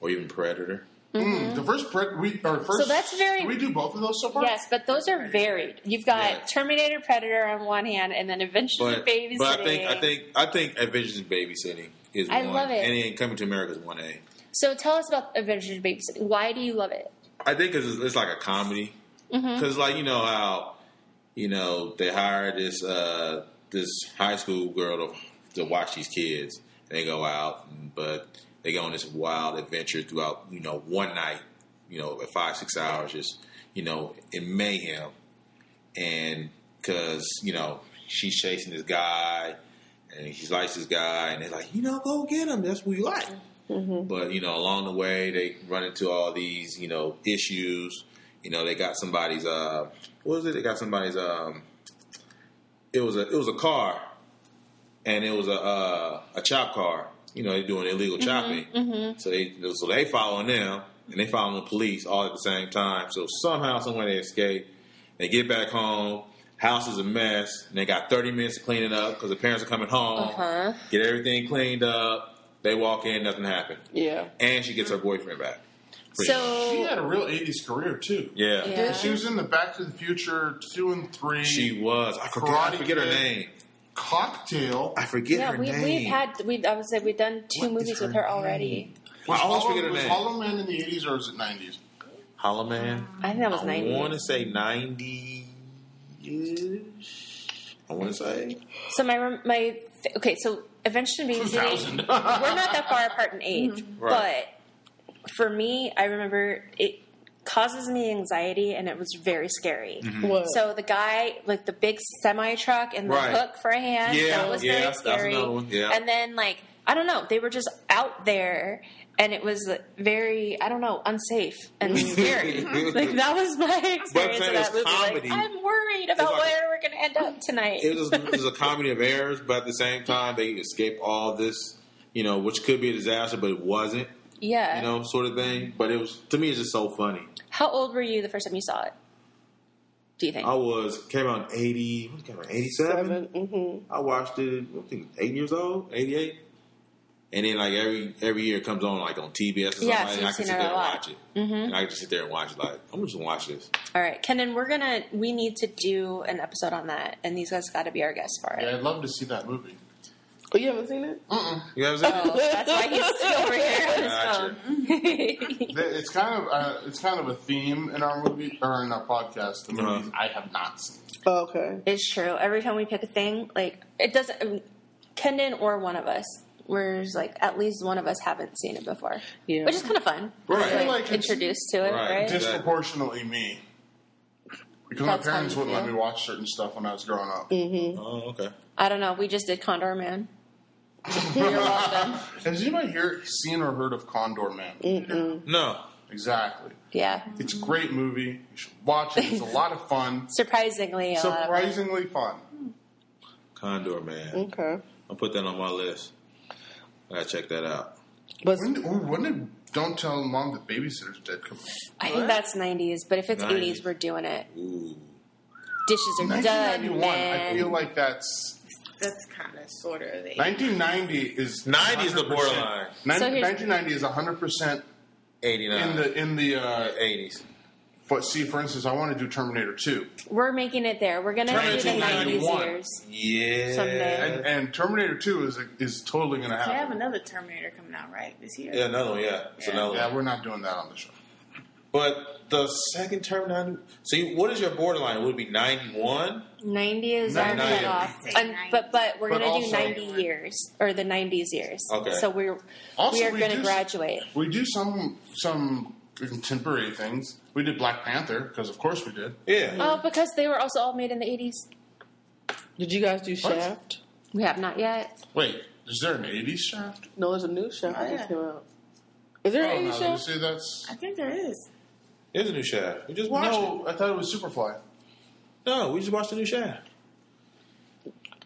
Speaker 2: or even Predator.
Speaker 4: Mm, the first pre- we or first.
Speaker 3: Mm-hmm. that's very-
Speaker 4: did we do both of those so far.
Speaker 3: Yes, but those are varied. You've got
Speaker 2: Yeah.
Speaker 3: Terminator, Predator on one hand, and then Adventures in
Speaker 2: But
Speaker 3: Babysitting.
Speaker 2: but I think I think I think Adventures in Babysitting is
Speaker 3: I
Speaker 2: one,
Speaker 3: love it.
Speaker 2: and then Coming to America is one A.
Speaker 3: so. Tell us about Adventures in Babysitting. Why do you love it?
Speaker 2: I think it's, it's like a comedy because, like, you know how you know they hire this uh, this high school girl to to watch these kids. They go out, but they go on this wild adventure throughout you know one night, you know, at five six hours, just you know, in mayhem, and because you know she's chasing this guy. And he likes this guy, and they're like, you know, go get him. That's what you like. But you know, along the way, they run into all these you know issues. You know, they got somebody's uh what was it? They got somebody's um it was a it was a car and it was a uh, a chop car. You know, they're doing illegal chopping. So they so they following them and they following the police all at the same time. So somehow, somewhere they escape. They get back home. House is a mess. And they got 30 minutes to clean it up because the parents are coming home.
Speaker 3: Uh-huh.
Speaker 2: Get everything cleaned up. They walk in, nothing happened.
Speaker 1: Yeah.
Speaker 2: And she gets her boyfriend back. Pretty much.
Speaker 4: She
Speaker 3: So
Speaker 4: had a real '80s career too.
Speaker 2: yeah.
Speaker 3: Yeah.
Speaker 4: She was in the Back to the Future two and three.
Speaker 2: She was. I forget, I
Speaker 4: Karate
Speaker 2: forget her
Speaker 4: Kid.
Speaker 2: name.
Speaker 4: cocktail.
Speaker 2: I forget
Speaker 3: yeah,
Speaker 2: her
Speaker 3: we,
Speaker 2: name.
Speaker 3: we've had we I would say we've done two
Speaker 2: What
Speaker 3: movies
Speaker 2: is
Speaker 3: with
Speaker 2: her
Speaker 3: her already.
Speaker 2: I always
Speaker 4: Hollow-
Speaker 2: forget her
Speaker 4: was
Speaker 2: name.
Speaker 4: Hollow Man in the '80s or was it '90s?
Speaker 2: Hollow Man.
Speaker 3: I think that was
Speaker 2: I want
Speaker 3: ninety.
Speaker 2: to say 90 ish. I want to say.
Speaker 3: So my rem- my okay. So Adventure in
Speaker 2: *laughs*
Speaker 3: Babysitting.
Speaker 4: 2000.
Speaker 3: we're not that far apart in age,
Speaker 2: Right.
Speaker 3: but for me, I remember it causes me anxiety, and it was very scary.
Speaker 2: Mm-hmm.
Speaker 1: What?
Speaker 3: So the guy, like the big semi truck and the
Speaker 2: Right.
Speaker 3: hook for a hand,
Speaker 2: Yeah,
Speaker 3: that was
Speaker 2: yeah,
Speaker 3: very
Speaker 2: that's
Speaker 3: scary.
Speaker 2: another one, yeah.
Speaker 3: And then like I don't know, they were just out there, and it was very I don't know unsafe and
Speaker 2: *laughs*
Speaker 3: scary. like that was my experience
Speaker 2: saying
Speaker 3: of
Speaker 2: it's
Speaker 3: that movie.
Speaker 2: comedy.
Speaker 3: Like, I'm worried about
Speaker 2: like-
Speaker 3: where we're gonna end up tonight.
Speaker 2: It was, it was a comedy of errors, but at the same time, they escape all this, you know, which could be a disaster, but it wasn't,
Speaker 3: yeah.
Speaker 2: you know, sort of thing. But it was, to me, it's just so funny.
Speaker 3: How old were you the first time you saw it? Do you think?
Speaker 2: I was, came out in 80, what came out, 87?
Speaker 1: Mm-hmm.
Speaker 2: I watched it. I think eight years old, eighty eight. And then like every every year it comes on like on TBS or something,
Speaker 3: Yeah, so
Speaker 2: and
Speaker 3: you've
Speaker 2: I can
Speaker 3: seen
Speaker 2: sit
Speaker 3: it
Speaker 2: there
Speaker 3: a
Speaker 2: and
Speaker 3: lot. Mm-hmm.
Speaker 2: watch it. And I can just sit there and watch it. Like I'm just gonna watch this.
Speaker 3: All right, Kenan, we're gonna we need to do an episode on that, and these guys got to be our guests for it.
Speaker 4: Yeah, I'd love to see that movie.
Speaker 1: Oh, you haven't seen it?
Speaker 2: You know what I'm *laughs* saying?
Speaker 3: So Oh, that's why he's still over here on his
Speaker 2: Gotcha.
Speaker 3: phone. *laughs*
Speaker 4: Th- It's kind of uh, it's kind of a theme in our movie or in our podcast. The
Speaker 2: Uh-huh.
Speaker 4: movies I have not seen.
Speaker 1: Oh, okay.
Speaker 3: it's true. Every time we pick a thing, like it doesn't. I mean, Kenan or one of us, where's like at least one of us haven't seen it before,
Speaker 1: Yeah.
Speaker 3: which is kind of fun.
Speaker 2: Right.
Speaker 3: Like,
Speaker 4: Like, it's-
Speaker 3: introduced to it,
Speaker 2: Right.
Speaker 3: right?
Speaker 2: Exactly.
Speaker 4: Disproportionately me, because
Speaker 3: That's
Speaker 4: my
Speaker 3: how
Speaker 4: parents
Speaker 3: you
Speaker 4: wouldn't let
Speaker 3: feel?
Speaker 4: me watch certain stuff when I was growing up.
Speaker 3: Mm-hmm.
Speaker 2: Oh, okay.
Speaker 3: I don't know. We just did Condor Man. You're welcome.
Speaker 4: *laughs* Has anybody here seen or heard of Condor Man?
Speaker 2: No.
Speaker 4: Exactly.
Speaker 3: Yeah,
Speaker 4: It's a great movie. You should watch it. It's a lot of
Speaker 3: *laughs*
Speaker 4: fun.
Speaker 3: surprisingly, uh, a lot of-
Speaker 4: Surprisingly fun.
Speaker 2: Condor man.
Speaker 3: Mm-hmm.
Speaker 1: Okay.
Speaker 2: I'll put that on my list. I gotta check that out.
Speaker 1: But
Speaker 4: When, ooh, when did Don't Tell Mom the Babysitter's Dead come
Speaker 3: I think that's 90s, but if it's
Speaker 2: 90s.
Speaker 3: 80s, we're doing it.
Speaker 2: Ooh.
Speaker 3: Dishes are
Speaker 4: out?
Speaker 3: done,
Speaker 4: 1991. I
Speaker 3: man.
Speaker 4: feel like that's
Speaker 5: That's kind of sort of the
Speaker 4: 1990 is
Speaker 2: 90 is the
Speaker 4: 100%.
Speaker 2: borderline.
Speaker 4: Nin-
Speaker 3: So here's-
Speaker 4: 1990 is 100 percent
Speaker 2: Eighty
Speaker 4: in
Speaker 2: nine.
Speaker 4: the in the. Uh,
Speaker 2: eighties.
Speaker 4: but see, for instance, I want to do Terminator 2,
Speaker 3: We're making it there. We're going to do the 90s
Speaker 4: 1991.
Speaker 3: years.
Speaker 2: Yeah.
Speaker 3: Someday.
Speaker 4: and, and Terminator 2 is is totally going to
Speaker 5: They have
Speaker 4: happen.
Speaker 5: another Terminator coming out right this year.
Speaker 2: Yeah, another one, Oh, yeah. It's
Speaker 5: Yeah.
Speaker 2: another one.
Speaker 4: Yeah, we're not doing that on the show.
Speaker 2: But the second term ninety so you, what is your borderline? Would it be ninety one?
Speaker 3: 90 is our
Speaker 2: 90s.
Speaker 3: cutoff.
Speaker 5: Say
Speaker 3: And,
Speaker 5: 90s.
Speaker 3: but, but we're
Speaker 4: But
Speaker 3: going to do
Speaker 4: also-
Speaker 3: 90 years, or the 90s years.
Speaker 2: Okay.
Speaker 3: So we're,
Speaker 4: Also,
Speaker 3: we are
Speaker 4: we
Speaker 3: going
Speaker 4: do
Speaker 3: to
Speaker 4: s-
Speaker 3: graduate.
Speaker 4: We do some some contemporary things. We did Black Panther because, of course, we did.
Speaker 2: Yeah.
Speaker 3: Oh, because they were also all made in the 80s.
Speaker 1: did you guys do Shaft?
Speaker 3: We have not yet.
Speaker 4: Wait, is there an 80s Shaft?
Speaker 1: No, there's a new Shaft that
Speaker 5: Oh,
Speaker 1: just
Speaker 5: yeah.
Speaker 1: came out. Is there
Speaker 4: Oh
Speaker 1: an
Speaker 4: no,
Speaker 1: 80s
Speaker 4: you
Speaker 1: Shaft?
Speaker 4: see that's
Speaker 5: I think there is.
Speaker 2: There's a new Shaft. We just watched it.
Speaker 4: no. I thought it was Superfly.
Speaker 2: No, we just watched the new Shaft.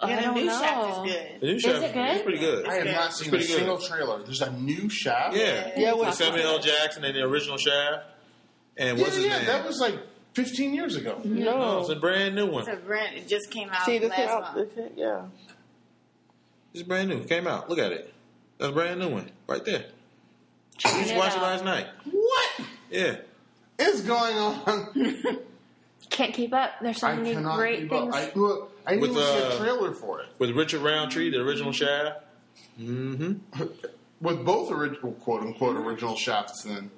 Speaker 3: I
Speaker 5: yeah,
Speaker 3: don't
Speaker 5: the new
Speaker 3: know.
Speaker 5: Shaft is good.
Speaker 2: The new
Speaker 3: Is
Speaker 2: Shaft
Speaker 3: it good?
Speaker 2: pretty good.
Speaker 4: I have
Speaker 5: Yeah.
Speaker 4: not seen a
Speaker 2: pretty good.
Speaker 4: single trailer. There's a new Shaft.
Speaker 2: Yeah.
Speaker 1: Yeah,
Speaker 2: With
Speaker 1: with
Speaker 2: Samuel L. Jackson and the original Shaft. And what's
Speaker 4: yeah,
Speaker 2: his
Speaker 4: yeah,
Speaker 2: name?
Speaker 4: that was like 15 years ago.
Speaker 1: Mm-hmm.
Speaker 2: no, it's
Speaker 1: no.
Speaker 2: a brand new one.
Speaker 5: It's a brand. It just came out
Speaker 1: See, this
Speaker 5: last
Speaker 1: came out.
Speaker 5: month.
Speaker 1: okay, Yeah.
Speaker 2: It's brand new. Came out. Look at it. That's a brand new one. Right there.
Speaker 3: Checking
Speaker 2: We just
Speaker 3: it
Speaker 2: watched it
Speaker 3: out.
Speaker 2: last night.
Speaker 4: What
Speaker 2: Yeah.
Speaker 4: is going on?
Speaker 3: Can't keep up. There's so
Speaker 4: I
Speaker 3: many
Speaker 4: cannot
Speaker 3: great
Speaker 4: keep up.
Speaker 3: things.
Speaker 4: I, look, I didn't
Speaker 2: With,
Speaker 4: even see
Speaker 2: uh,
Speaker 4: a trailer for it.
Speaker 2: With Richard Roundtree, the original Shaft. Mm-hmm.
Speaker 4: With both original, quote unquote, original Shafts. Then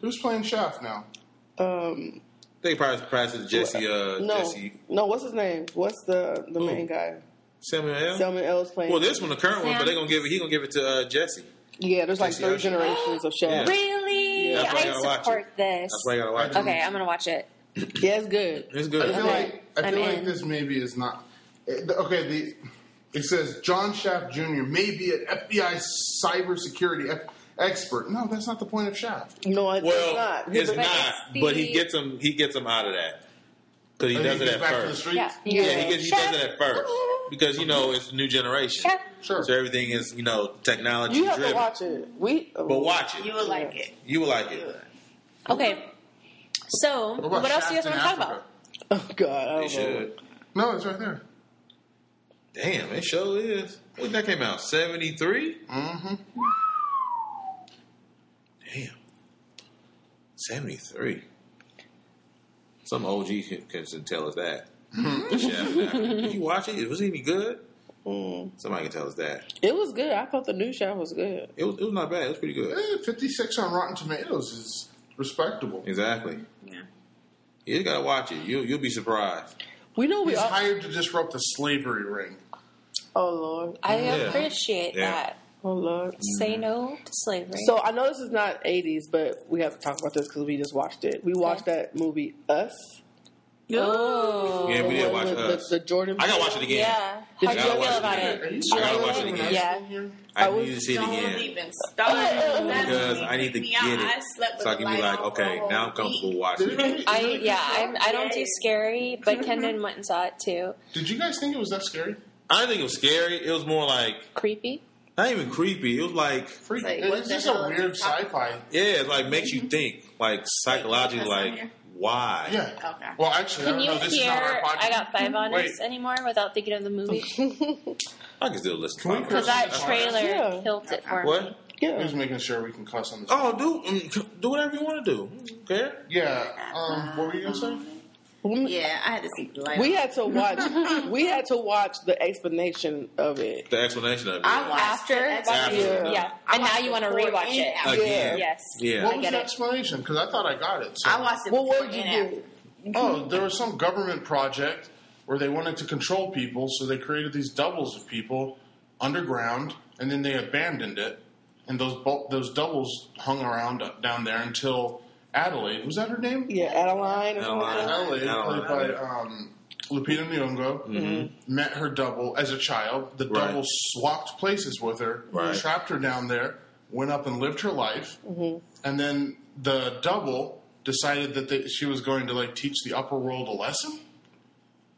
Speaker 4: who's playing Shaft now?
Speaker 1: Um,
Speaker 2: They probably passed it to Jesse, uh,
Speaker 1: no,
Speaker 2: Jesse
Speaker 1: no. What's his name? What's the the
Speaker 2: Who?
Speaker 1: main guy?
Speaker 2: Samuel L.
Speaker 1: Selman L's playing.
Speaker 2: well, this one, the current one, but
Speaker 3: Sam.
Speaker 2: they gonna give it. He gonna give it to uh, Jesse.
Speaker 1: yeah, there's like
Speaker 2: Jesse
Speaker 1: three
Speaker 2: Usher.
Speaker 1: generations of Shaft.
Speaker 2: Yeah.
Speaker 3: Really?
Speaker 2: That's why I
Speaker 3: I
Speaker 2: gotta watch it.
Speaker 3: support this.
Speaker 2: That's why you gotta watch it.
Speaker 3: Okay, I'm going to watch it.
Speaker 1: Yeah, it's good.
Speaker 2: It's good.
Speaker 4: I feel
Speaker 3: Okay,
Speaker 4: like I
Speaker 3: I'm
Speaker 4: feel like
Speaker 3: in.
Speaker 4: this maybe is not it- the- okay. The it says John Shaft Jr. may be an FBI cybersecurity. F- expert. No, that's not the point of Shaft.
Speaker 1: No, it- it's
Speaker 2: Well,
Speaker 1: not.
Speaker 2: it's
Speaker 1: But-
Speaker 2: not,
Speaker 3: it's
Speaker 2: but he
Speaker 3: the-
Speaker 2: gets him. He gets him out of that because he
Speaker 4: And
Speaker 2: does it
Speaker 4: gets
Speaker 2: at
Speaker 4: back to the
Speaker 2: first.
Speaker 4: streets?
Speaker 3: Yeah.
Speaker 1: Yeah,
Speaker 2: Yeah, he, gets, he
Speaker 3: Chef.
Speaker 2: does it at first because you know it's a new generation.
Speaker 3: Chef.
Speaker 4: Sure.
Speaker 2: So everything is you know technology
Speaker 1: You have
Speaker 2: driven.
Speaker 1: to watch it. We
Speaker 2: But watch it.
Speaker 5: You would like it.
Speaker 2: You will like it.
Speaker 3: Okay. So,
Speaker 4: What
Speaker 3: what,
Speaker 4: about
Speaker 3: else do you guys want
Speaker 4: Shaft
Speaker 3: to
Speaker 4: in
Speaker 3: talk
Speaker 4: Africa?
Speaker 3: about?
Speaker 1: *laughs* Oh God, I
Speaker 2: They
Speaker 1: don't know.
Speaker 2: should.
Speaker 4: No, it's right there.
Speaker 2: Damn, it sure is. When that came out, seventy three.
Speaker 4: Mm-hmm.
Speaker 2: Damn. 73. Some OG can, can should tell us that. Shaft, Did you watch it? Was it any good? Somebody can tell us that.
Speaker 1: Mm. It was good. I thought the new shot was good.
Speaker 2: It was, it was not bad. It was pretty good.
Speaker 4: Eh, 56 on Rotten Tomatoes is respectable.
Speaker 2: Exactly.
Speaker 5: Yeah.
Speaker 2: You just gotta watch it. You, you'll be surprised.
Speaker 1: We know we
Speaker 4: He's
Speaker 1: all.
Speaker 4: hired to disrupt the slavery ring.
Speaker 1: oh Lord,
Speaker 3: I
Speaker 2: Yeah.
Speaker 3: appreciate
Speaker 2: Yeah.
Speaker 3: that.
Speaker 1: oh Lord.
Speaker 3: Say no to slavery.
Speaker 1: So I know this is not '80s, but we have to talk about this because we just watched it. We watched
Speaker 3: Okay.
Speaker 1: that movie Us.
Speaker 3: oh.
Speaker 2: Yeah,
Speaker 1: The
Speaker 2: we
Speaker 1: one
Speaker 2: did watch
Speaker 1: with the-
Speaker 2: Us.
Speaker 1: The, Jordan.
Speaker 2: I gotta watch it again.
Speaker 3: Yeah.
Speaker 1: Did
Speaker 3: How
Speaker 1: you
Speaker 3: do you
Speaker 1: watch
Speaker 3: feel
Speaker 2: it
Speaker 3: about
Speaker 2: again?
Speaker 3: it?
Speaker 2: I gotta watch it
Speaker 4: When
Speaker 2: again.
Speaker 4: was
Speaker 3: Yeah.
Speaker 4: here?
Speaker 2: I,
Speaker 1: I was-
Speaker 2: need to see it
Speaker 5: Don't
Speaker 2: again.
Speaker 5: even start. That
Speaker 2: Because
Speaker 5: movie
Speaker 2: I need to
Speaker 5: freaked me
Speaker 2: get
Speaker 5: out. I
Speaker 2: it.
Speaker 5: slept with
Speaker 2: So I
Speaker 5: the
Speaker 2: can be
Speaker 5: light
Speaker 2: like,
Speaker 5: on for a
Speaker 2: okay,
Speaker 5: whole
Speaker 2: now I'm comfortable
Speaker 5: week.
Speaker 2: watching
Speaker 4: Did,
Speaker 2: it.
Speaker 4: it-
Speaker 3: I yeah, I'm, I don't do
Speaker 5: Yes.
Speaker 3: scary, but Kendon went and saw it too.
Speaker 4: did you guys think it was that scary?
Speaker 2: I didn't think it was scary. It was more like,
Speaker 3: Creepy.
Speaker 2: not even creepy. It was like,
Speaker 4: Freak.
Speaker 5: Like, what
Speaker 4: it's
Speaker 5: the
Speaker 4: just
Speaker 5: hell
Speaker 4: a
Speaker 5: is
Speaker 4: weird
Speaker 5: this talking
Speaker 4: sci-fi.
Speaker 2: yeah, it like makes
Speaker 5: Mm-hmm.
Speaker 2: you think, like psychologically,
Speaker 5: Wait, what's on
Speaker 2: like,
Speaker 5: here?
Speaker 2: why?
Speaker 4: Yeah.
Speaker 5: Okay.
Speaker 4: Well, actually, I
Speaker 3: Can
Speaker 4: don't
Speaker 3: you
Speaker 4: know. This is
Speaker 3: hear
Speaker 4: not our podcast.
Speaker 3: I got five on
Speaker 4: Wait.
Speaker 3: us anymore without thinking of the movie?
Speaker 2: I can still listen.
Speaker 4: Can we
Speaker 2: to Pop Rocks.
Speaker 3: Because
Speaker 4: curse on
Speaker 3: that
Speaker 4: That's
Speaker 3: trailer
Speaker 1: Yeah.
Speaker 3: killed it for me.
Speaker 2: What?
Speaker 4: I'm
Speaker 1: Yeah.
Speaker 4: just making sure we can cuss on this.
Speaker 2: Oh, do mm, *laughs* do whatever you want to do. Okay.
Speaker 4: Yeah. Um, what were you gonna say?
Speaker 1: We-
Speaker 5: Yeah, I had to see the light.
Speaker 1: We
Speaker 5: on.
Speaker 1: had to watch. *laughs* we had to watch the explanation of it.
Speaker 2: The explanation of it.
Speaker 5: I watched
Speaker 3: After,
Speaker 5: it.
Speaker 2: After.
Speaker 3: yeah.
Speaker 2: Yeah.
Speaker 5: I
Speaker 3: and now
Speaker 5: watched
Speaker 3: you want to
Speaker 5: before
Speaker 3: rewatch
Speaker 5: and
Speaker 3: it.
Speaker 5: after.
Speaker 1: Yeah.
Speaker 3: Yes.
Speaker 2: Yeah.
Speaker 4: What
Speaker 3: I
Speaker 4: was
Speaker 3: get
Speaker 4: the
Speaker 3: it.
Speaker 4: explanation? Because I thought I got it. So.
Speaker 5: I watched it.
Speaker 1: Well,
Speaker 5: before
Speaker 1: what did you
Speaker 5: and after.
Speaker 1: do?
Speaker 4: Oh, there was some government project where they wanted to control people, so they created these doubles of people underground, and then they abandoned it. And those bu- those doubles hung around up- down there until Adelaide. Was that her name?
Speaker 1: Yeah, Adeline. Or something.
Speaker 2: Adeline.
Speaker 4: Adelaide,
Speaker 2: Adelaide.
Speaker 4: played by um, Lupita Nyong'o,
Speaker 3: Mm-hmm.
Speaker 4: met her double as a child. The
Speaker 2: Right.
Speaker 4: double swapped places with her,
Speaker 2: Right.
Speaker 4: trapped her down there, went up and lived her life,
Speaker 3: Mm-hmm.
Speaker 4: and then the double decided that they, she was going to like teach the upper world a lesson.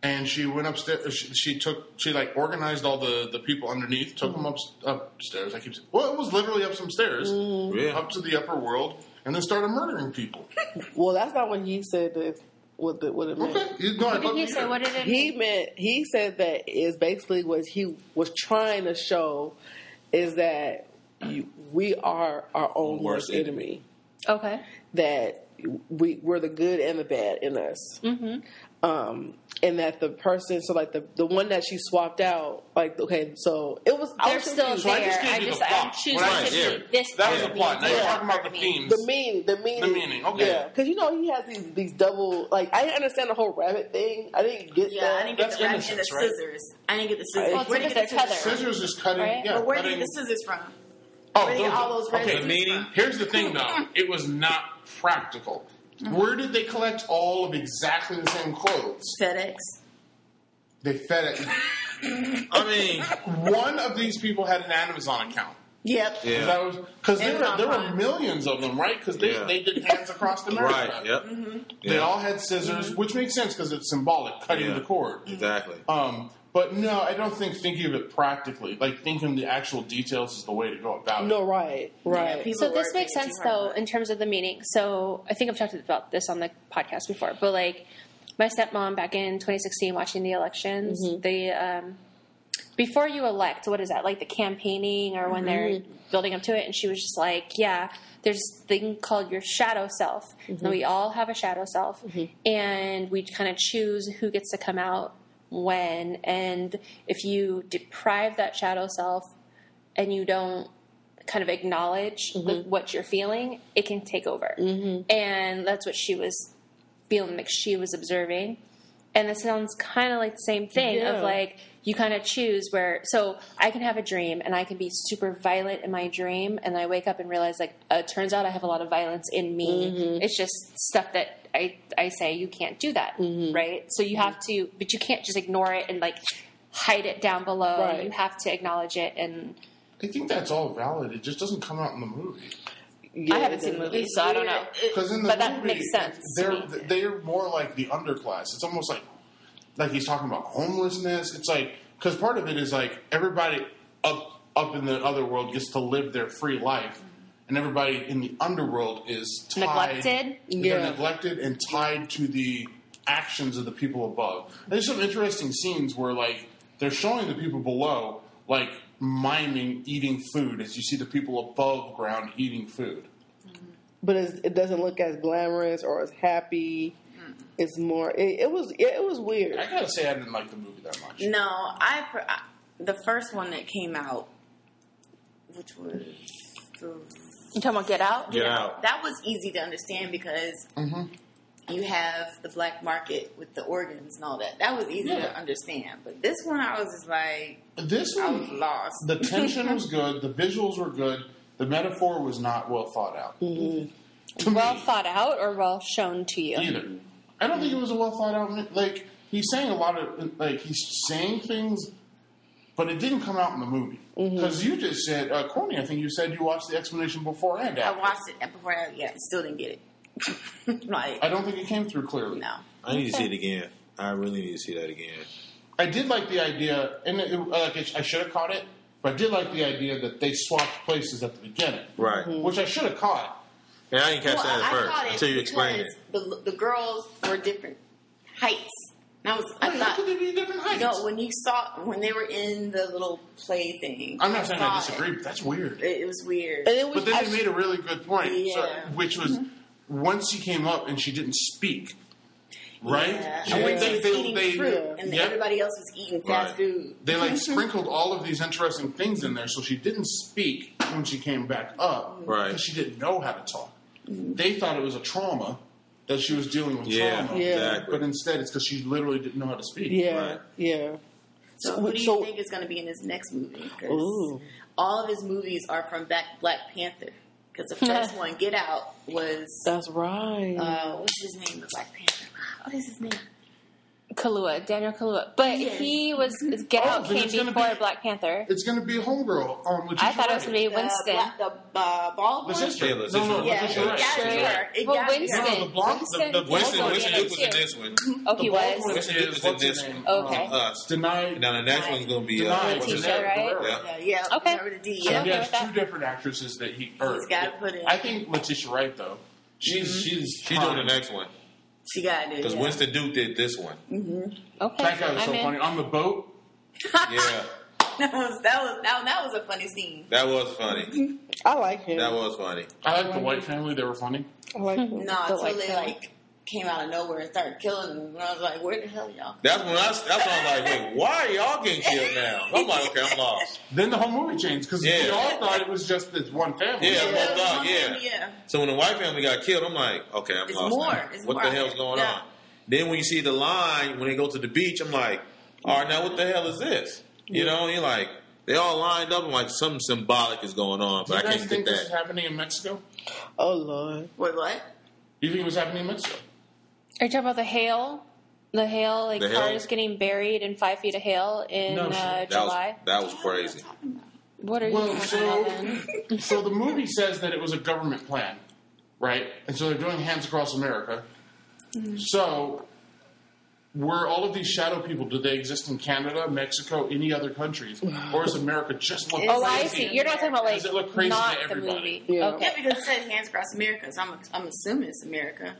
Speaker 4: And she went upstairs. She, she took. She like organized all the, the people underneath.
Speaker 3: Mm-hmm.
Speaker 4: Took them up, upstairs. I keep. saying Well, it was literally up some stairs,
Speaker 3: Mm.
Speaker 2: Yeah.
Speaker 4: up to the upper world, and then started murdering people. *laughs*
Speaker 1: Well, that's not what he said. That what the, what it meant. *laughs*
Speaker 4: Okay, you, no, I'd
Speaker 3: What
Speaker 4: love
Speaker 3: did he
Speaker 4: to
Speaker 3: say?
Speaker 4: hear.
Speaker 3: What did it
Speaker 1: He meant he said that is basically what he was trying to show is that you, we are our own worst,
Speaker 2: Worst
Speaker 1: enemy.
Speaker 2: enemy.
Speaker 3: Okay.
Speaker 1: That we we're the good and the bad in us. Um, and that the person, so like the the one that she swapped out, like okay, so it was I
Speaker 3: They're
Speaker 1: was
Speaker 3: still
Speaker 1: confused.
Speaker 4: So I
Speaker 3: there.
Speaker 4: just gave
Speaker 3: I
Speaker 4: you the
Speaker 3: just,
Speaker 4: plot.
Speaker 3: I'm choosing
Speaker 4: When I-
Speaker 3: to
Speaker 2: yeah.
Speaker 3: be this
Speaker 4: That was the
Speaker 3: part of
Speaker 4: plot. Now
Speaker 3: me.
Speaker 4: you're
Speaker 1: Yeah.
Speaker 4: talking about the themes.
Speaker 1: The meaning, the meaning,
Speaker 4: The meaning, okay.
Speaker 1: yeah. Because you know he has these these double. Like I didn't understand the whole rabbit thing. I didn't get
Speaker 5: Yeah,
Speaker 1: that.
Speaker 5: I didn't get
Speaker 4: That's
Speaker 5: the rabbit and the
Speaker 4: innocence, right?
Speaker 5: scissors. I didn't get the scissors.
Speaker 1: Well, it's
Speaker 5: Where did
Speaker 3: because
Speaker 5: you get the
Speaker 3: they're tethered.
Speaker 4: Scissors is cutting.
Speaker 3: Right?
Speaker 4: Yeah,
Speaker 5: But where did you
Speaker 4: cutting-
Speaker 5: get the scissors from?
Speaker 4: oh,
Speaker 5: where did
Speaker 4: those-
Speaker 5: all those
Speaker 4: okay.
Speaker 5: red
Speaker 2: meaning-
Speaker 5: from?
Speaker 4: Here's the
Speaker 5: *laughs*
Speaker 4: thing, though. It was not practical. Where did they collect all of exactly the same clothes?
Speaker 5: FedEx.
Speaker 4: They fed it.
Speaker 2: I mean,
Speaker 4: *laughs* One of these people had an Amazon account.
Speaker 5: Yep.
Speaker 2: Yeah.
Speaker 4: Because there, were,
Speaker 5: Amazon
Speaker 4: there were
Speaker 5: Prime.
Speaker 4: millions of them, right? Because they,
Speaker 2: Yeah.
Speaker 4: they did
Speaker 2: *laughs*
Speaker 4: hands across America.
Speaker 2: right. Yep.
Speaker 5: Mm-hmm.
Speaker 4: They
Speaker 2: Yeah.
Speaker 4: all had scissors, which makes sense because it's symbolic, cutting
Speaker 2: Yeah.
Speaker 4: the cord.
Speaker 2: Exactly.
Speaker 4: Um, but no, I don't think thinking of it practically, like thinking the actual details, is the way to go about it.
Speaker 1: No, right, right.
Speaker 5: people-
Speaker 3: So this
Speaker 5: Lord,
Speaker 3: makes
Speaker 5: they
Speaker 3: sense
Speaker 5: do hard
Speaker 3: though
Speaker 5: work.
Speaker 3: in terms of the meaning. So I think I've talked about this on the podcast before, but like my stepmom back in 2016 watching the elections,
Speaker 5: Mm-hmm.
Speaker 3: the um, before you elect, what is that like the campaigning or when they're
Speaker 5: Mm-hmm.
Speaker 3: building up to it? And she was just like, yeah, there's this thing called your shadow self,
Speaker 5: Mm-hmm.
Speaker 3: and we all have a shadow self, and we kind of choose who gets to come out when, and if you deprive that shadow self and you don't kind of acknowledge
Speaker 1: Mm-hmm.
Speaker 3: like, what you're feeling, it can take over. And that's what she was feeling, like she was observing. And that sounds kind of like the same thing
Speaker 1: Yeah.
Speaker 3: of like you kind of choose where. So I can have a dream and I can be super violent in my dream, and I wake up and realize like uh, it turns out I have a lot of violence in me.
Speaker 1: Mm-hmm.
Speaker 3: It's just stuff that I I say you can't do that,
Speaker 1: Mm-hmm.
Speaker 3: right? So you have to, but you can't just ignore it and like hide it down below.
Speaker 1: Right.
Speaker 3: You have to acknowledge it and
Speaker 4: I think that's all valid. It just doesn't come out in the movie.
Speaker 1: Yeah,
Speaker 6: I haven't seen the
Speaker 1: then-
Speaker 6: movie, so I don't know.
Speaker 4: Because in the
Speaker 6: But that
Speaker 4: movie,
Speaker 6: makes sense to
Speaker 4: They're
Speaker 6: me.
Speaker 4: they're more like the underclass. It's almost like like he's talking about homelessness. It's like because part of it is like everybody up up in the other world gets to live their free life, and everybody in the underworld is tied,
Speaker 6: Neglected?
Speaker 4: They're
Speaker 1: Yeah.
Speaker 4: neglected and tied to the actions of the people above. There's some interesting scenes where like they're showing the people below like miming eating food as you see the people above ground eating food.
Speaker 1: but it's, it doesn't look as glamorous or as happy. It's more. It, it was. It, was weird.
Speaker 4: I gotta say, I didn't like the movie that much.
Speaker 5: No, I, pr- I the first one that came out, which was the,
Speaker 6: You talking about Get Out?
Speaker 2: Get out.
Speaker 5: that was easy to understand because
Speaker 1: Mm-hmm.
Speaker 5: you have the black market with the organs and all that. That was easy
Speaker 4: Yeah.
Speaker 5: to understand, but this one I was just like
Speaker 4: This
Speaker 5: I was
Speaker 4: one,
Speaker 5: lost.
Speaker 4: the tension *laughs* was good, the visuals were good, the metaphor was not well thought out. *laughs* To me,
Speaker 6: Well thought out or well shown to you?
Speaker 4: either. I don't think it was a well thought out. mi- Like he's saying a lot of like he's saying things, but it didn't come out in the movie
Speaker 5: Mm-hmm.
Speaker 4: because you just said uh, corny. I think you said you watched the explanation before and
Speaker 5: I
Speaker 4: after.
Speaker 5: watched it before. I, yeah, still didn't get it. *laughs* like
Speaker 4: I don't think it came through clearly.
Speaker 5: no,
Speaker 2: I need to see it again. I really need to see that again.
Speaker 4: I did like the idea, and it, like it, I should have caught it, but I did like the idea that they swapped places at the beginning,
Speaker 2: Right.
Speaker 5: Mm-hmm.
Speaker 4: which I should have caught.
Speaker 2: And I didn't catch
Speaker 5: Well,
Speaker 2: that at
Speaker 5: I caught
Speaker 2: first
Speaker 5: it
Speaker 2: until you explained it.
Speaker 5: because The, the girls were different heights. And I was, I
Speaker 4: Wait, how
Speaker 5: thought,
Speaker 4: could they be different heights?
Speaker 5: No, when you saw when they were in the little play thing.
Speaker 4: I'm not saying I
Speaker 5: saw
Speaker 4: disagree, but that's weird.
Speaker 5: It, it, it was weird.
Speaker 1: And it was.
Speaker 4: But then
Speaker 1: I-
Speaker 4: they made a really good point, so-
Speaker 5: Yeah. Mm-hmm.
Speaker 4: which was once he came up and she didn't speak, right?
Speaker 5: Yeah.
Speaker 4: She-
Speaker 5: And when
Speaker 1: Yeah.
Speaker 5: she was eating fruit, and
Speaker 4: yeah.
Speaker 5: everybody Mm-hmm. else was eating fast
Speaker 2: Right.
Speaker 5: food.
Speaker 4: they like sprinkled all of these interesting things in there, so she didn't speak when she came back up,
Speaker 5: Mm-hmm.
Speaker 2: Right.
Speaker 4: Because she didn't know how to talk. They thought it was a trauma that she was dealing with
Speaker 2: Yeah,
Speaker 4: trauma,
Speaker 1: Yeah.
Speaker 2: exactly.
Speaker 4: but instead it's because she literally didn't know how to speak.
Speaker 1: yeah.
Speaker 2: Right.
Speaker 1: Yeah.
Speaker 5: So, who do you
Speaker 1: So-
Speaker 5: think is going to be in his next movie? 'Cause
Speaker 1: Ooh.
Speaker 5: all of his movies are from back Black Panther. Because
Speaker 1: *laughs*
Speaker 5: the first one, Get Out, was
Speaker 1: That's right.
Speaker 5: uh, what's his name? The Black Panther. What is his name?
Speaker 6: Kalua, Daniel Kalua. But
Speaker 5: Yes.
Speaker 6: he was Get
Speaker 4: Oh,
Speaker 6: Out
Speaker 4: then
Speaker 6: came
Speaker 4: it's gonna
Speaker 6: before
Speaker 4: be-
Speaker 6: Black Panther.
Speaker 4: It's going to be Homegirl. Um, Letitia
Speaker 6: I thought it was going to be
Speaker 5: The,
Speaker 6: Winston.
Speaker 5: black, the uh, bald
Speaker 4: The
Speaker 5: one.
Speaker 4: sister.
Speaker 2: Yeah,
Speaker 4: no,
Speaker 2: Letitia
Speaker 4: no,
Speaker 2: Wright.
Speaker 5: Yeah,
Speaker 4: Letitia
Speaker 5: it
Speaker 4: Wright.
Speaker 5: got
Speaker 6: Sure.
Speaker 5: her. It
Speaker 6: Well,
Speaker 5: got
Speaker 6: Winston.
Speaker 5: her.
Speaker 4: No, the blonde, the,
Speaker 6: Winston-
Speaker 4: the blonde
Speaker 2: Winston,
Speaker 6: Also,
Speaker 4: one
Speaker 2: Winston
Speaker 6: yeah,
Speaker 2: Duke was in
Speaker 6: too.
Speaker 2: this one.
Speaker 6: oh, he
Speaker 4: the blonde
Speaker 6: was.
Speaker 4: one
Speaker 2: Winston
Speaker 4: is-
Speaker 2: Duke was in
Speaker 4: what's her
Speaker 2: this
Speaker 4: name?
Speaker 2: one.
Speaker 6: Okay.
Speaker 2: Us.
Speaker 4: Denied.
Speaker 2: Now the next one's gonna be uh,
Speaker 4: denied.
Speaker 2: what's
Speaker 6: T-shirt,
Speaker 2: his name?
Speaker 6: right?
Speaker 2: Yeah.
Speaker 5: Yeah, yeah.
Speaker 6: Okay.
Speaker 5: Remember the D.
Speaker 4: So
Speaker 6: I'm
Speaker 5: Yeah.
Speaker 6: okay
Speaker 4: he has
Speaker 6: with that.
Speaker 4: two different actresses that he. Or,
Speaker 5: He's gotta put in.
Speaker 4: I think Letitia Wright though. She's
Speaker 6: Mm-hmm.
Speaker 4: she's
Speaker 2: She's doing the next one
Speaker 5: She got it.
Speaker 2: because
Speaker 5: yeah.
Speaker 2: Winston Duke did this one.
Speaker 6: Okay.
Speaker 4: That guy was so
Speaker 6: I'm in.
Speaker 4: funny on the boat.
Speaker 2: Yeah,
Speaker 5: *laughs* That was that was that, that was a funny scene.
Speaker 2: that was funny.
Speaker 1: I like him.
Speaker 2: That was funny.
Speaker 4: I like the white family. They were funny.
Speaker 1: I like him.
Speaker 5: No, until
Speaker 6: like
Speaker 5: they
Speaker 6: that.
Speaker 5: like came out of nowhere and started killing them. And I was like, where the hell y'all?
Speaker 2: That's when I. That's when I was like, wait, why are y'all getting killed now? I'm like, okay, I'm lost.
Speaker 4: Then the whole movie changed because we
Speaker 2: Yeah.
Speaker 4: all thought it was just this one family.
Speaker 2: Yeah,
Speaker 5: Yeah,
Speaker 2: well, dog, yeah.
Speaker 5: yeah. yeah.
Speaker 2: So when the white family got killed, I'm like, okay, I'm
Speaker 5: It's
Speaker 2: lost.
Speaker 5: more.
Speaker 2: now.
Speaker 5: It's
Speaker 2: what the
Speaker 5: more.
Speaker 2: hell's going
Speaker 5: Yeah.
Speaker 2: on? Then when you see the line when they go to the beach, I'm like, all right, now what the hell is this? You know, you're like, they all lined up. I'm like, something symbolic is going on,
Speaker 4: Do you
Speaker 2: but I
Speaker 4: guys
Speaker 2: can't get
Speaker 4: think this is
Speaker 2: that.
Speaker 4: happening in Mexico?
Speaker 1: Oh lord.
Speaker 5: Wait, what?
Speaker 4: Do you think it was happening in Mexico?
Speaker 6: Are you talking about the hail? The hail, like
Speaker 2: The hail?
Speaker 6: cars getting buried in five feet of hail in
Speaker 4: No,
Speaker 6: uh,
Speaker 2: That was
Speaker 4: shit.
Speaker 6: July.
Speaker 2: that was crazy.
Speaker 6: What are you
Speaker 4: Well,
Speaker 6: talking
Speaker 4: so-
Speaker 6: about? Then?
Speaker 4: so the movie says that it was a government plan, right? And so they're doing Hands Across America.
Speaker 6: Mm.
Speaker 4: So were all of these shadow people? Do they exist in Canada, Mexico, any other countries, or is America just look
Speaker 6: Oh, I
Speaker 4: crazy?
Speaker 6: see. You're not talking about like
Speaker 4: Does it look crazy to
Speaker 6: not the
Speaker 4: everybody?
Speaker 6: movie.
Speaker 1: Yeah.
Speaker 6: Okay.
Speaker 5: Yeah, because it said hands across America, so I'm I'm assuming it's America.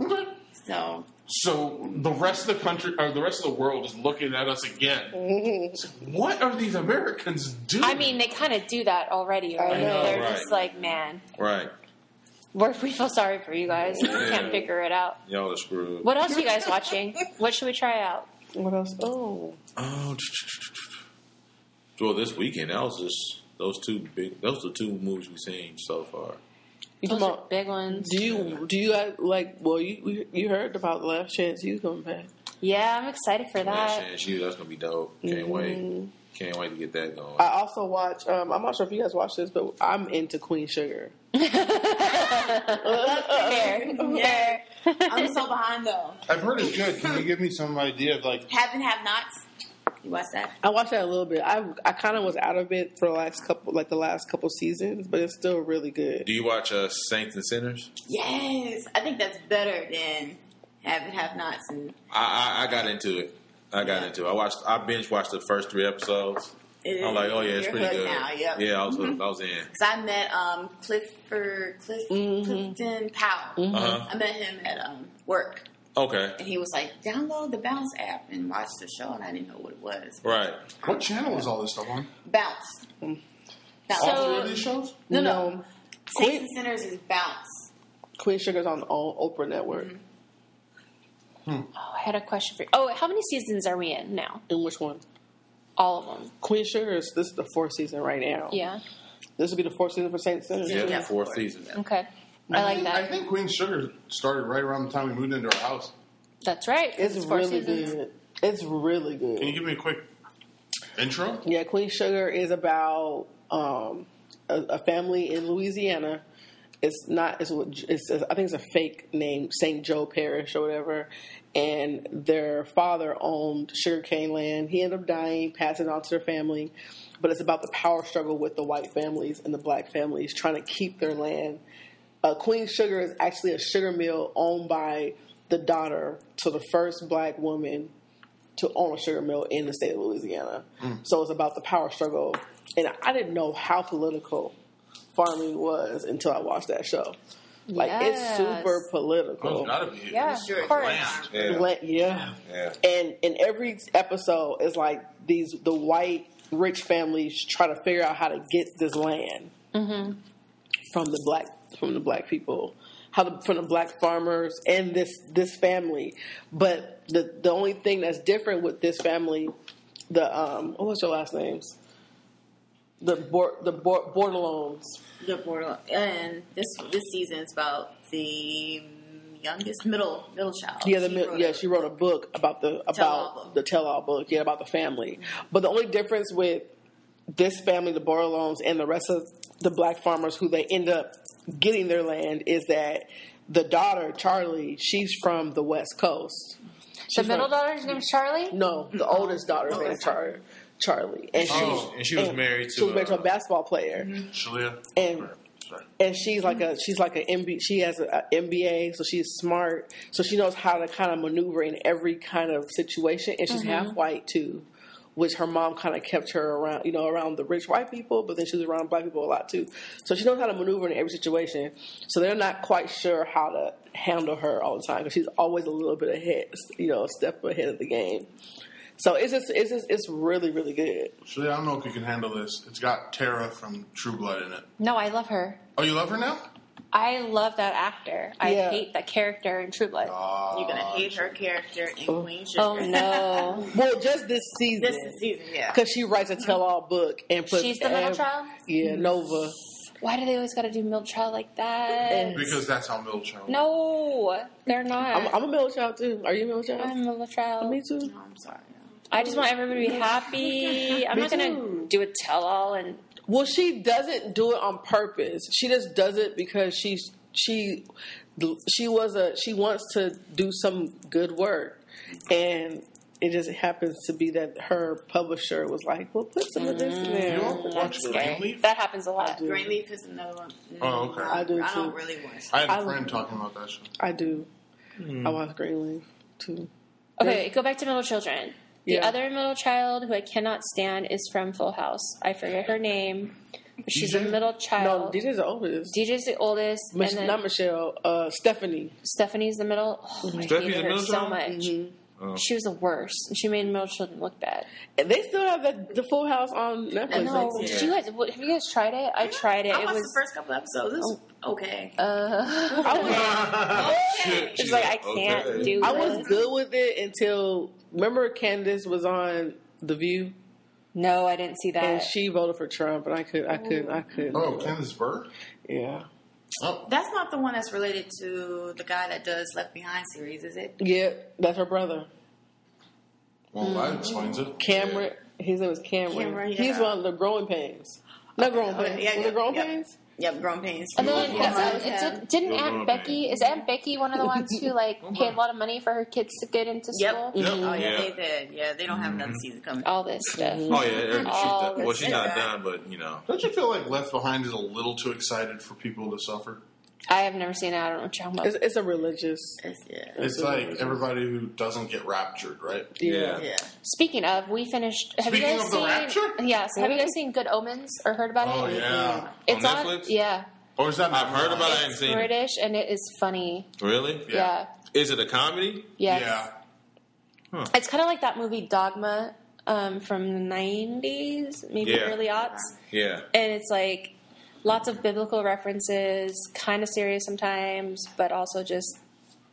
Speaker 4: Okay.
Speaker 5: So
Speaker 4: So the rest of the country or the rest of the world is looking at us again. It's like, What are these Americans doing?
Speaker 6: Mm-hmm. I mean, they kind of do that already, right?
Speaker 1: I know,
Speaker 6: They're
Speaker 2: right.
Speaker 6: just like, man,
Speaker 2: Right.
Speaker 6: we're, we feel sorry for you guys. We
Speaker 2: Yeah.
Speaker 6: can't figure it out.
Speaker 2: Y'all are screwed.
Speaker 6: What else are you guys watching? What should we try out?
Speaker 1: What else? Oh.
Speaker 2: Oh, well, this weekend that was just those two big. Those are the two movies we've seen so far.
Speaker 1: You
Speaker 6: Those
Speaker 1: talking
Speaker 6: are
Speaker 1: about?
Speaker 6: big ones.
Speaker 1: Oh, Do you do you uh, like? Well, you you- you heard about the last chance you coming back.
Speaker 6: Yeah, I'm excited for
Speaker 2: Last
Speaker 6: that.
Speaker 2: Chance U, that's gonna be dope. Can't wait. Can't wait to get that going.
Speaker 1: I also watch. Um, I'm not sure if you guys watch this, but I'm into Queen Sugar.
Speaker 6: Fair.
Speaker 5: yeah,
Speaker 6: *laughs*
Speaker 5: I'm so behind though.
Speaker 4: I've heard it's good. Can you give me some idea of like?
Speaker 5: Have and have nots. You watch that?
Speaker 1: I watched that a little bit. I I kind of was out of it for the last couple, like the last couple seasons, but it's still really good.
Speaker 2: Do you watch uh, Saints and Sinners?
Speaker 5: Yes, I think that's better than have and have nots. And
Speaker 2: I, I, I got into it. I got
Speaker 5: Yeah.
Speaker 2: into it. I watched. I binge watched the first three episodes.
Speaker 5: it
Speaker 2: I'm
Speaker 5: is-
Speaker 2: like, oh yeah, it's
Speaker 5: you're
Speaker 2: pretty
Speaker 5: hooked
Speaker 2: good.
Speaker 5: Now, yep.
Speaker 2: Yeah, I was hooked. I was in.
Speaker 5: Because I met um, Clifford Cliff, Clifton Powell.
Speaker 4: Uh-huh.
Speaker 2: Uh huh.
Speaker 5: I met him at um, work,
Speaker 2: Okay.
Speaker 5: and he was like, "Download the Bounce app and watch the show." And I didn't know what it was.
Speaker 2: Right.
Speaker 4: What channel is all this stuff on?
Speaker 5: Bounce. Bounce.
Speaker 4: all
Speaker 6: So-
Speaker 4: three of these shows?
Speaker 5: no, no.
Speaker 1: No,
Speaker 5: Saints and Sinners is Bounce.
Speaker 1: Um, Queen Sugar's on all Oprah Network.
Speaker 6: Oh, I had a question for you. Oh, how many seasons are we in now?
Speaker 1: And which one?
Speaker 6: All of them.
Speaker 1: Queen Sugar's. This is the fourth season right now.
Speaker 6: Yeah.
Speaker 1: This will be the fourth season for Saint Sinners.
Speaker 2: Yeah,
Speaker 5: Yeah.
Speaker 2: the fourth season.
Speaker 6: Okay. I like
Speaker 4: think- I
Speaker 6: that.
Speaker 4: think Queen Sugar started right around the time we moved into our house.
Speaker 6: That's right.
Speaker 1: It's
Speaker 6: four
Speaker 1: really
Speaker 6: seasons.
Speaker 1: good. It's really
Speaker 4: Can you
Speaker 1: good.
Speaker 4: give me a quick intro?
Speaker 1: Yeah, Queen Sugar is about um, a, a family in Louisiana. It's not. It's, what- it's. I think it's a fake name, Saint Joe Parish or whatever. And their father owned sugarcane land. He ended up dying, passing it on to their family. But it's about the power struggle with the white families and the black families trying to keep their land uh, Queen Sugar is actually a sugar mill owned by the daughter to the first black woman to own a sugar mill in the state of Louisiana. So it's about the power struggle. And I didn't know how political farming was until I watched that show. Like, it's
Speaker 6: Yes.
Speaker 1: super
Speaker 4: Oh,
Speaker 1: political.
Speaker 4: gotta be.
Speaker 6: Yeah,
Speaker 5: Sure,
Speaker 6: of course.
Speaker 5: it's-
Speaker 2: Yeah.
Speaker 1: Like, yeah.
Speaker 2: Yeah.
Speaker 1: And in every episode is like these the white rich families try to figure out how to get this land from the black from the black people, how the, from the black farmers and this this family. But the the only thing that's different with this family, the um, what's your last names? The Bor- the Bor- Bordelons.
Speaker 5: The borderline, and this this season's about the youngest middle middle child.
Speaker 1: Yeah, the
Speaker 5: She
Speaker 1: mil-
Speaker 5: wrote
Speaker 1: yeah,
Speaker 5: it.
Speaker 1: she wrote a book about the about
Speaker 5: Tell-all book.
Speaker 1: the tell all book, yeah, about the family. But the only difference with this family, the Borloans, and the rest of the black farmers who they end up getting their land is that the daughter Charlie, she's from the West Coast.
Speaker 6: The
Speaker 1: She's
Speaker 6: middle
Speaker 1: from-
Speaker 6: daughter's name's Charlie.
Speaker 1: no, the
Speaker 5: Mm-hmm.
Speaker 1: oldest daughter's named Char- Charlie, and she
Speaker 4: Oh,
Speaker 2: and she was married
Speaker 1: she was
Speaker 2: to,
Speaker 1: married to
Speaker 2: uh,
Speaker 1: a basketball player,
Speaker 5: Mm-hmm.
Speaker 4: Shalia.
Speaker 1: and
Speaker 4: Sorry.
Speaker 1: and she's like a she's like an MB, she has an MBA, so she's smart, so she knows how to kind of maneuver in every kind of situation, and she's half white too, which her mom kind of kept her around, you know, around the rich white people, but then she was around black people a lot too, so she knows how to maneuver in every situation. So they're not quite sure how to handle her all the time because she's always a little bit ahead, you know, a step ahead of the game. So it's just it's just it's really really good.
Speaker 4: Shalia, I don't know if you can handle this. It's got Tara from True Blood in it.
Speaker 6: No, I love her.
Speaker 4: Oh, you love her now?
Speaker 6: I love that actor. I
Speaker 1: Yeah.
Speaker 6: hate that character in True Blood.
Speaker 5: You're gonna hate
Speaker 4: Oh,
Speaker 5: her character in Queen Sugar.
Speaker 6: oh
Speaker 1: *laughs*
Speaker 6: no,
Speaker 1: Well, just this season.
Speaker 5: *laughs* this is season, yeah.
Speaker 1: Because she writes a tell-all book and puts.
Speaker 6: she's the middle
Speaker 1: ev-
Speaker 6: child.
Speaker 1: Yeah, Nova.
Speaker 6: Why do they always got to do middle child like that?
Speaker 4: Because that's how Mill Charles.
Speaker 6: No, they're not.
Speaker 1: I'm, I'm a middle child too. Are you a middle child?
Speaker 6: I'm a middle child.
Speaker 1: Me too.
Speaker 5: No, Oh, I'm sorry.
Speaker 6: I just want everybody to be happy. I'm
Speaker 1: Me
Speaker 6: not gonna
Speaker 1: too.
Speaker 6: do a tell all and
Speaker 1: Well, she doesn't do it on purpose. She just does it because she's she she was a she wants to do some good work, and it just happens to be that her publisher was like, "Well, put some of this
Speaker 6: Mm.
Speaker 1: in
Speaker 4: You
Speaker 1: there."
Speaker 4: don't watch Greenleaf?
Speaker 6: that happens a lot.
Speaker 5: Greenleaf is another one.
Speaker 4: Oh, okay.
Speaker 5: I,
Speaker 1: I do,
Speaker 5: I don't
Speaker 1: too.
Speaker 5: really want to.
Speaker 4: I had a
Speaker 1: I-
Speaker 4: friend talking about
Speaker 2: *laughs*
Speaker 4: that show.
Speaker 1: I do. I watch Greenleaf too.
Speaker 6: Okay, go back to middle children. The
Speaker 1: Yeah.
Speaker 6: other middle child who I cannot stand is from Full House. I forget her name, but she's a
Speaker 4: DJ?
Speaker 6: middle
Speaker 1: No,
Speaker 6: child.
Speaker 1: DJ's the oldest.
Speaker 6: DJ's the oldest,
Speaker 1: Mich-
Speaker 6: and then
Speaker 1: not Michelle. Uh, Stephanie.
Speaker 6: Stephanie's the middle. Oh, I
Speaker 2: Stephanie's
Speaker 6: hated
Speaker 2: the
Speaker 6: her
Speaker 2: middle
Speaker 6: so
Speaker 2: child?
Speaker 6: much.
Speaker 1: Mm-hmm.
Speaker 2: Oh.
Speaker 6: She was the worst, and she made middle children look bad.
Speaker 1: And They still have that, the Full House on Netflix.
Speaker 5: No.
Speaker 1: right?
Speaker 6: Did you guys? What, have you guys tried it? I tried it.
Speaker 5: I
Speaker 6: it
Speaker 5: watched
Speaker 6: was.
Speaker 5: the first couple episodes. It was okay.
Speaker 1: *laughs*
Speaker 6: uh, *laughs*
Speaker 1: I was
Speaker 6: it's like I can't
Speaker 2: Okay.
Speaker 6: do.
Speaker 1: I
Speaker 6: this.
Speaker 1: was good with it until remember Candace was on The View
Speaker 6: No, I didn't see that.
Speaker 1: and she voted for Trump and I could I couldn't I couldn't
Speaker 4: Oh, Candace Burr?
Speaker 1: yeah
Speaker 4: Oh,
Speaker 5: That's not the one that's related to the guy that does Left Behind series, is it?
Speaker 1: yeah that's her brother
Speaker 4: well, that explains it.
Speaker 1: Cameron his name is Cameron,
Speaker 5: Cameron, yeah.
Speaker 1: he's one of the Growing Pains not Growing
Speaker 5: okay,
Speaker 1: Pains
Speaker 5: yeah,
Speaker 1: Was it
Speaker 5: yeah,
Speaker 1: Growing
Speaker 5: yeah.
Speaker 1: Pains
Speaker 5: Yep, grown pains.
Speaker 3: And then
Speaker 2: Yeah.
Speaker 3: it's, uh, it's, uh, didn't
Speaker 2: You're
Speaker 3: Aunt
Speaker 2: wrong,
Speaker 3: Becky is Aunt Becky one of the ones
Speaker 4: *laughs*
Speaker 3: who like paid a lot of money for her kids to get into
Speaker 5: Yep.
Speaker 3: school?
Speaker 4: Yep.
Speaker 5: Oh yeah,
Speaker 2: Yeah.
Speaker 5: they did. Yeah, they don't have another season coming.
Speaker 3: All this stuff.
Speaker 4: Mm-hmm.
Speaker 2: Oh yeah, she's
Speaker 3: Oh,
Speaker 2: done. well, she's not
Speaker 5: that's-
Speaker 2: done, but you know,
Speaker 4: Don't you feel like Left Behind is a little too excited for people to suffer?
Speaker 3: I have never seen that. I don't know what you're talking about.
Speaker 1: It's, it's a religious.
Speaker 5: It's- yeah,
Speaker 4: It's like everybody who doesn't get raptured, right?
Speaker 2: yeah.
Speaker 5: yeah.
Speaker 3: Speaking of, we finished. Have you
Speaker 4: Speaking
Speaker 3: guys
Speaker 4: of the
Speaker 3: seen?
Speaker 4: rapture?
Speaker 3: Yes. Have you guys seen Good Omens or heard about
Speaker 4: Oh
Speaker 3: it?
Speaker 4: yeah.
Speaker 3: It's
Speaker 2: On
Speaker 3: on.
Speaker 2: Netflix?
Speaker 3: Yeah.
Speaker 4: Or is that
Speaker 2: I've heard about it. I haven't seen it.
Speaker 3: British, and it is funny.
Speaker 2: Really?
Speaker 3: Yeah.
Speaker 2: Is it a comedy?
Speaker 3: Yes.
Speaker 4: Yeah.
Speaker 3: It's kind of like that movie Dogma um, from the 90s, maybe
Speaker 2: Yeah.
Speaker 3: early aughts.
Speaker 2: Yeah.
Speaker 3: And it's like lots of biblical references, kind of serious sometimes, but also just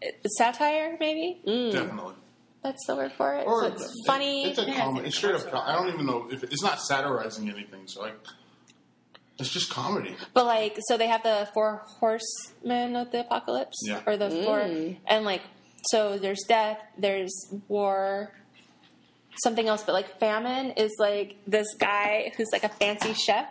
Speaker 3: it's satire, maybe?
Speaker 4: Definitely.
Speaker 3: That's the word for it. so it's funny.
Speaker 4: Mm. It's a
Speaker 5: Yeah,
Speaker 4: comedy.
Speaker 5: it's
Speaker 4: It's straight up. com- I don't even know if it's not satirizing anything. So like, it's just comedy.
Speaker 3: But like, so they have the four horsemen of the apocalypse,
Speaker 4: Yeah.
Speaker 3: or the four, and like, so there's death, there's war, something else, but like famine is like this guy who's like a fancy chef,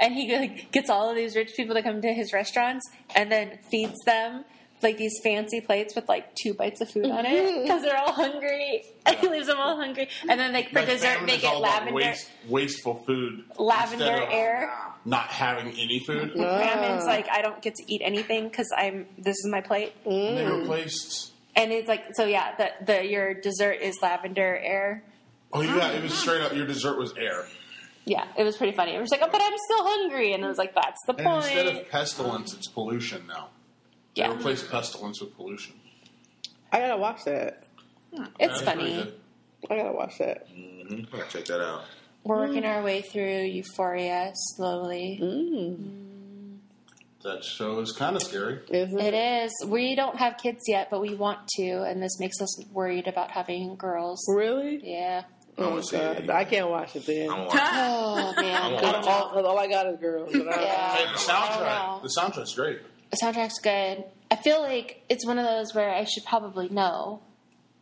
Speaker 3: and he like, gets all of these rich people to come to his restaurants and then feeds them. Like these fancy plates with like two bites of food on it because they're all hungry. *laughs* And he leaves them all hungry, and then like for
Speaker 4: Like,
Speaker 3: dessert
Speaker 4: famine
Speaker 3: they
Speaker 4: is
Speaker 3: get
Speaker 4: all about
Speaker 3: lavender,
Speaker 4: waste- wasteful food,
Speaker 3: lavender
Speaker 4: instead of
Speaker 3: air.
Speaker 4: not having any food.
Speaker 3: Mm-hmm. Ramen's like I don't get to eat anything because I'm this is my plate,
Speaker 4: And they replaced.
Speaker 3: and it's like so yeah. The, the your dessert is lavender air.
Speaker 4: Oh yeah, it was straight up. Your dessert was air,
Speaker 3: Yeah, it was pretty funny. I was like, oh, but I'm still hungry, and I was like, that's the
Speaker 4: and instead
Speaker 3: point.
Speaker 4: of pestilence, it's pollution now. They
Speaker 3: Yeah,
Speaker 4: replaced pestilence with pollution.
Speaker 1: I gotta watch that.
Speaker 3: it's
Speaker 4: That's pretty
Speaker 3: funny.
Speaker 4: good.
Speaker 1: I gotta watch that.
Speaker 2: Mm-hmm. I gotta check that out.
Speaker 3: We're working our way through Euphoria slowly.
Speaker 4: That show is kind of scary.
Speaker 1: Is it?
Speaker 3: It is. We don't have kids yet, but we want to, and this makes us worried about having girls.
Speaker 1: Really?
Speaker 3: Yeah.
Speaker 1: Oh,
Speaker 2: wanna see it
Speaker 1: God.
Speaker 2: anyway.
Speaker 1: I can't watch it then.
Speaker 2: I'm gonna
Speaker 1: All,
Speaker 2: watch it.
Speaker 3: *sighs* Oh
Speaker 4: *laughs*
Speaker 3: man.
Speaker 2: I'm watching.
Speaker 1: all I got is girls. and I-
Speaker 3: Yeah.
Speaker 4: Hey, the
Speaker 3: wow.
Speaker 4: soundtrack. The soundtrack's great.
Speaker 3: The soundtrack's good. I feel like it's one of those where I should probably know.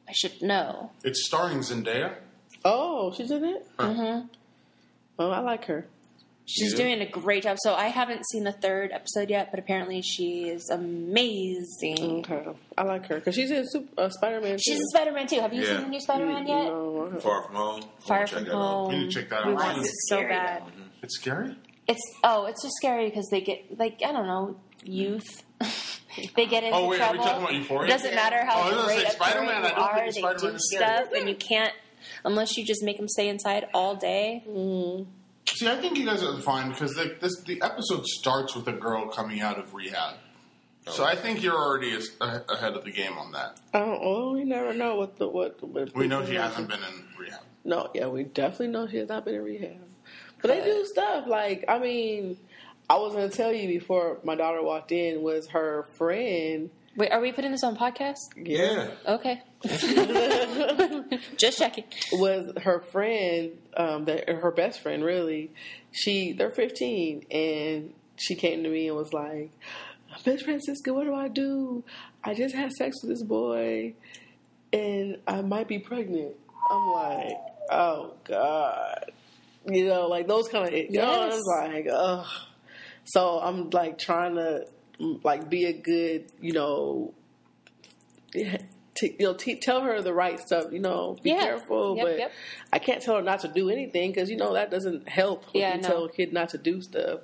Speaker 3: I should know.
Speaker 4: It's starring Zendaya.
Speaker 1: Oh, she's in it? Mm-hmm.
Speaker 3: Mhm.
Speaker 1: Oh, I like her.
Speaker 3: She's
Speaker 2: Yeah.
Speaker 3: doing a great job. So I haven't seen the third episode yet, but apparently she is amazing.
Speaker 1: Okay. I like her. Because she's in Super, uh, Spider-Man
Speaker 3: She's in
Speaker 1: too.
Speaker 3: Spider Man too. Have you Mm-hmm.
Speaker 2: Yeah.
Speaker 3: seen the new Spider Man yet?
Speaker 1: No, uh-huh. I-
Speaker 2: Far from home. I'm
Speaker 3: Far
Speaker 2: gonna check
Speaker 3: from
Speaker 2: that out.
Speaker 3: home.
Speaker 4: We need to check that
Speaker 3: We
Speaker 4: out.
Speaker 3: want
Speaker 5: Why is
Speaker 3: it
Speaker 5: it
Speaker 3: so
Speaker 5: scary,
Speaker 3: bad.
Speaker 4: It's scary.
Speaker 3: It's oh, it's just scary because they get like I don't know youth. *laughs* they get into
Speaker 4: Oh wait, are we
Speaker 3: trouble.
Speaker 4: talking about
Speaker 3: It
Speaker 4: Euphoria?
Speaker 3: doesn't matter
Speaker 4: Oh, I
Speaker 3: how
Speaker 4: was gonna
Speaker 3: great
Speaker 4: say,
Speaker 3: of parent
Speaker 4: Spider-Man,
Speaker 3: you
Speaker 4: I don't
Speaker 3: are,
Speaker 4: think
Speaker 3: they
Speaker 4: Spider-Man
Speaker 3: do
Speaker 4: is scary.
Speaker 3: stuff, and you can't unless you just make them stay inside all day.
Speaker 4: See, I think you guys are fine because the, this, the episode starts with a girl coming out of rehab. So I think you're already as, a, ahead of the game on that.
Speaker 1: I don't, well, we never know what the what. what
Speaker 4: We know she hasn't been in rehab.
Speaker 1: No, yeah, we definitely know she has not been in rehab. But they do stuff like I mean, I was gonna tell you before my daughter walked in was her friend.
Speaker 3: Wait, are we putting this on podcast?
Speaker 2: Yeah.
Speaker 3: Okay. *laughs* Just checking.
Speaker 1: was her friend, um, that her best friend really. She they're fifteen, and she came to me and was like, "Miss Francisca, what do I do? I just had sex with this boy, and I might be pregnant." I'm like, "Oh God," you know, like those kind of. You know, I was like, "Ugh." So I'm like trying to like be a good, you know. *laughs* T- you know, t- tell her the right stuff. You know, be
Speaker 3: Yeah.
Speaker 1: careful,
Speaker 3: Yep,
Speaker 1: but
Speaker 3: yep.
Speaker 1: I can't tell her not to do anything because you know that doesn't help. If
Speaker 3: Yeah,
Speaker 1: you
Speaker 3: no.
Speaker 1: tell a kid not to do stuff,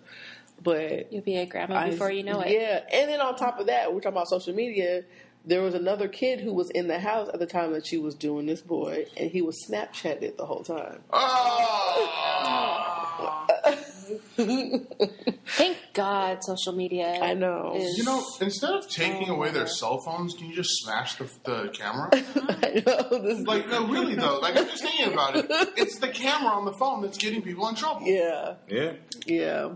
Speaker 1: but
Speaker 3: You'll be a grandma before
Speaker 1: I-
Speaker 3: you know it.
Speaker 1: yeah. And then on top of that, we're talking about social media. There was another kid who was in the house at the time that she was doing this boy, and he was Snapchatted the whole time. Ah!
Speaker 4: Oh!
Speaker 3: Thank God social media.
Speaker 1: I know.
Speaker 3: Is,
Speaker 4: You know, instead of taking
Speaker 3: Oh,
Speaker 4: away their
Speaker 3: Lord.
Speaker 4: cell phones, can you just smash the, the camera?
Speaker 1: *laughs* I know this is-
Speaker 4: like, no, really though. Like, I'm just thinking about it. It's the camera on the phone that's getting people in
Speaker 1: *laughs*
Speaker 4: trouble.
Speaker 1: yeah.
Speaker 2: Yeah.
Speaker 1: Yeah.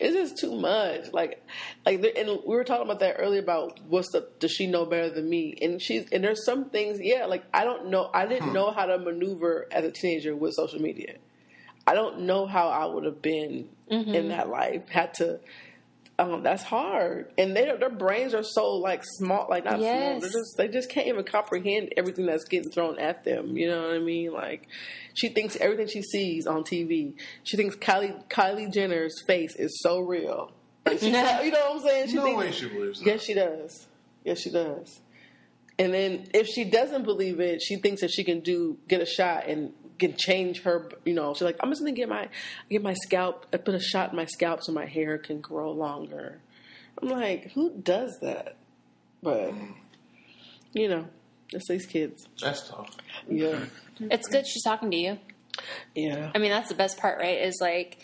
Speaker 1: It's just too much. Like, like, the- and we were talking about that earlier about what's the does she know better than me? And she's and there's some things. Yeah, like I don't know. I didn't know how to maneuver as a teenager with social media. I don't know how I would have been in that life. Had to. Um, that's hard, and they don't- their brains are so like small, like not small.
Speaker 3: Yes.
Speaker 1: They're just they just can't even comprehend everything that's getting thrown at them. You know what I mean? Like she thinks everything she sees on TV. She thinks Kylie Kylie Jenner's face is so real. Like she, you know what I'm saying? She
Speaker 4: no
Speaker 1: thinks-
Speaker 4: way she believes that.
Speaker 1: Yes, she does. Yes, she does. And then if she doesn't believe it, she thinks that she can do get a shot and can change her. You know, she's like, I'm just gonna get my get my scalp. I put a shot in my scalp so my hair can grow longer. I'm like, who does that? But you know, it's these kids.
Speaker 4: That's tough.
Speaker 1: Yeah,
Speaker 3: It's good she's talking to you.
Speaker 1: yeah.
Speaker 3: I mean, that's the best part, right? Is like,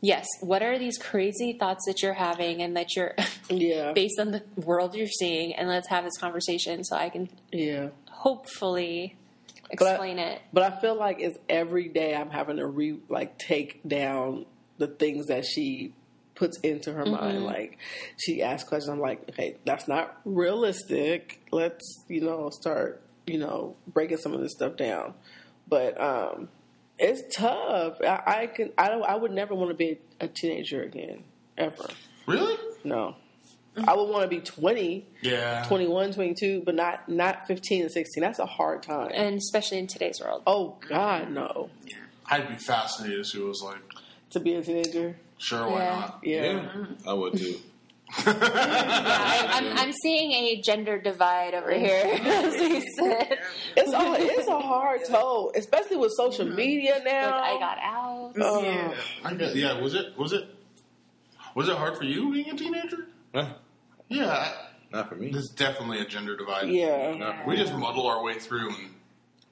Speaker 3: yes, what are these crazy thoughts that you're having and that you're
Speaker 1: Yeah,
Speaker 3: based on the world you're seeing? And let's have this conversation so I can
Speaker 1: yeah.
Speaker 3: hopefully
Speaker 1: I-
Speaker 3: explain it.
Speaker 1: But I feel like it's every day I'm having to re like take down the things that she puts into her
Speaker 3: Mm-hmm.
Speaker 1: mind. Like she asks questions, I'm like, okay, that's not realistic. Let's you know start you know breaking some of this stuff down. But um, it's tough. I, I can I don't I would never want to be a teenager again ever.
Speaker 4: Really?
Speaker 1: No,
Speaker 3: Mm-hmm.
Speaker 1: I would want to be 20,
Speaker 4: Yeah.
Speaker 1: 21, 22, but not not 15 and 16. That's a hard time.
Speaker 3: And especially in today's world.
Speaker 1: Oh God, no!
Speaker 4: I'd be fascinated if she was like,
Speaker 1: To be a teenager,
Speaker 4: sure, why
Speaker 3: Yeah.
Speaker 4: not?
Speaker 1: yeah,
Speaker 2: Yeah, I would too.
Speaker 3: I'm, I'm, I'm seeing a gender divide over here. *laughs* as we sit.
Speaker 1: it's a it's a hard toll, especially with social media
Speaker 3: Mm-hmm. Like,
Speaker 1: now.
Speaker 3: I got out.
Speaker 1: Oh,
Speaker 5: Yeah.
Speaker 4: I guess, yeah. Was it? Was it? Was it hard for you being a teenager?
Speaker 2: Huh,
Speaker 4: Yeah. I-
Speaker 2: Not for me.
Speaker 4: There's definitely a gender divide.
Speaker 1: yeah.
Speaker 4: We just muddle our way through, and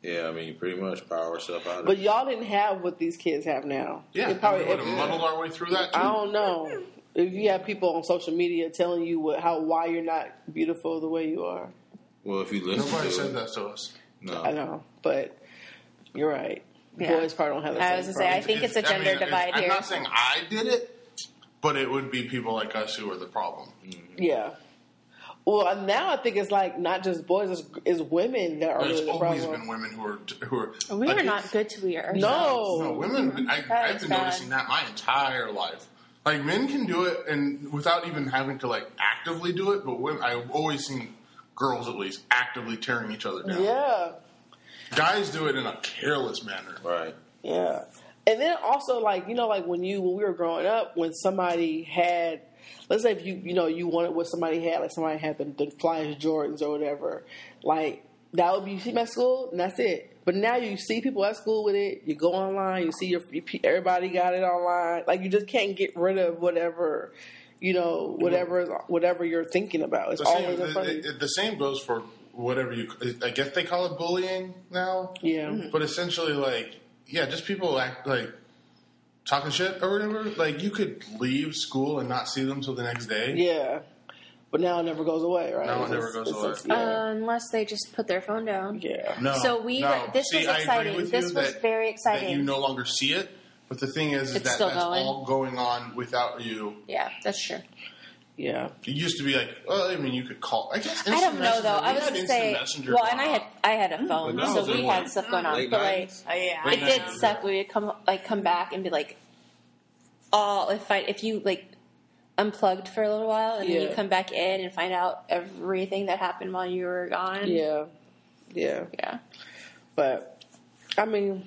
Speaker 2: Yeah, I mean, pretty much power yourself out. of
Speaker 1: But
Speaker 2: it.
Speaker 1: y'all didn't have what these kids have now.
Speaker 4: yeah,
Speaker 1: They probably,
Speaker 4: we would have muddled our way through that. Too.
Speaker 1: I don't know if you have people on social media telling you what how why you're not beautiful the way you are.
Speaker 2: well, if you listen
Speaker 4: Nobody
Speaker 2: to it,
Speaker 4: said that to us.
Speaker 2: no,
Speaker 1: I know, but you're right.
Speaker 3: Yeah.
Speaker 1: Boys probably don't have that.
Speaker 3: I was
Speaker 1: same
Speaker 3: gonna say, I
Speaker 1: problem.
Speaker 3: think it's a gender divide
Speaker 4: I'm
Speaker 3: here.
Speaker 4: not saying I did it, but it would be people like us who are the problem.
Speaker 1: yeah. Well, and now I think it's like not just boys; it's, it's women
Speaker 3: Oh,
Speaker 1: that are
Speaker 4: There's
Speaker 1: really the
Speaker 4: always
Speaker 1: problem.
Speaker 4: been women who are who are.
Speaker 3: We
Speaker 4: like,
Speaker 3: are not good to we are.
Speaker 1: no,
Speaker 4: No, women. I,
Speaker 3: That
Speaker 4: I've
Speaker 3: is
Speaker 4: been
Speaker 3: bad.
Speaker 4: noticing that my entire life. Like men can do it, and without even having to like actively do it. But women, I've always seen girls, at least, actively tearing each other down.
Speaker 1: yeah.
Speaker 4: Guys do it in a careless manner.
Speaker 2: right?
Speaker 1: Yeah. And then also like, you know, like when you when we were growing up, when somebody had let's say if you you know, you wanted what somebody had, like somebody had the, the flyest Jordans or whatever, like that would be you see them at school and that's it. But now you see people at school with it, you go online, you see your you pe- everybody got it online. Like you just can't get rid of whatever you know, whatever whatever you're thinking about. It's
Speaker 3: Oh,
Speaker 4: The
Speaker 1: always
Speaker 4: same,
Speaker 1: in front of
Speaker 4: the,
Speaker 1: you.
Speaker 4: the same goes for whatever you. I guess they call it bullying now.
Speaker 1: Yeah.
Speaker 4: But essentially, like, yeah, just people act like talking shit or whatever. Like, you could leave school and not see them till the next day.
Speaker 1: Yeah. But now it never goes away, right?
Speaker 4: Now it
Speaker 1: It's
Speaker 4: never
Speaker 1: just-
Speaker 4: goes
Speaker 1: it's
Speaker 4: away.
Speaker 1: just- yeah.
Speaker 3: Uh, unless they just put their phone down.
Speaker 1: yeah.
Speaker 4: No.
Speaker 3: So we
Speaker 4: no.
Speaker 3: were- this
Speaker 4: See,
Speaker 3: was
Speaker 4: I agree
Speaker 3: exciting.
Speaker 4: with
Speaker 3: This
Speaker 4: you
Speaker 3: was
Speaker 4: that-
Speaker 3: very exciting.
Speaker 4: That you no longer see it, but the thing is, is
Speaker 3: It's
Speaker 4: that
Speaker 3: still
Speaker 4: that's
Speaker 3: going.
Speaker 4: all going on without you.
Speaker 3: Yeah, that's true.
Speaker 1: Yeah.
Speaker 4: It used to be like, well, I mean, you could call. I guess
Speaker 3: I
Speaker 4: instant
Speaker 3: don't know
Speaker 4: messenger-
Speaker 3: though. I
Speaker 4: we
Speaker 3: was
Speaker 4: had
Speaker 3: gonna
Speaker 4: instant
Speaker 3: say,
Speaker 4: messenger
Speaker 3: well, and I
Speaker 4: going
Speaker 3: had
Speaker 4: on.
Speaker 3: I had a phone,
Speaker 2: that
Speaker 3: so
Speaker 2: was in
Speaker 3: we
Speaker 2: what?
Speaker 3: had stuff going on.
Speaker 2: Late
Speaker 3: But like,
Speaker 2: 90s?
Speaker 5: Oh yeah.
Speaker 4: Wait,
Speaker 3: it
Speaker 4: no.
Speaker 5: I
Speaker 3: did
Speaker 5: know.
Speaker 3: suck. We would come like come back and be like, all if I, if you like unplugged for a little while and then
Speaker 1: Yeah.
Speaker 3: you come back in and find out everything that happened while you were gone.
Speaker 1: Yeah. Yeah.
Speaker 3: yeah,
Speaker 1: But I mean,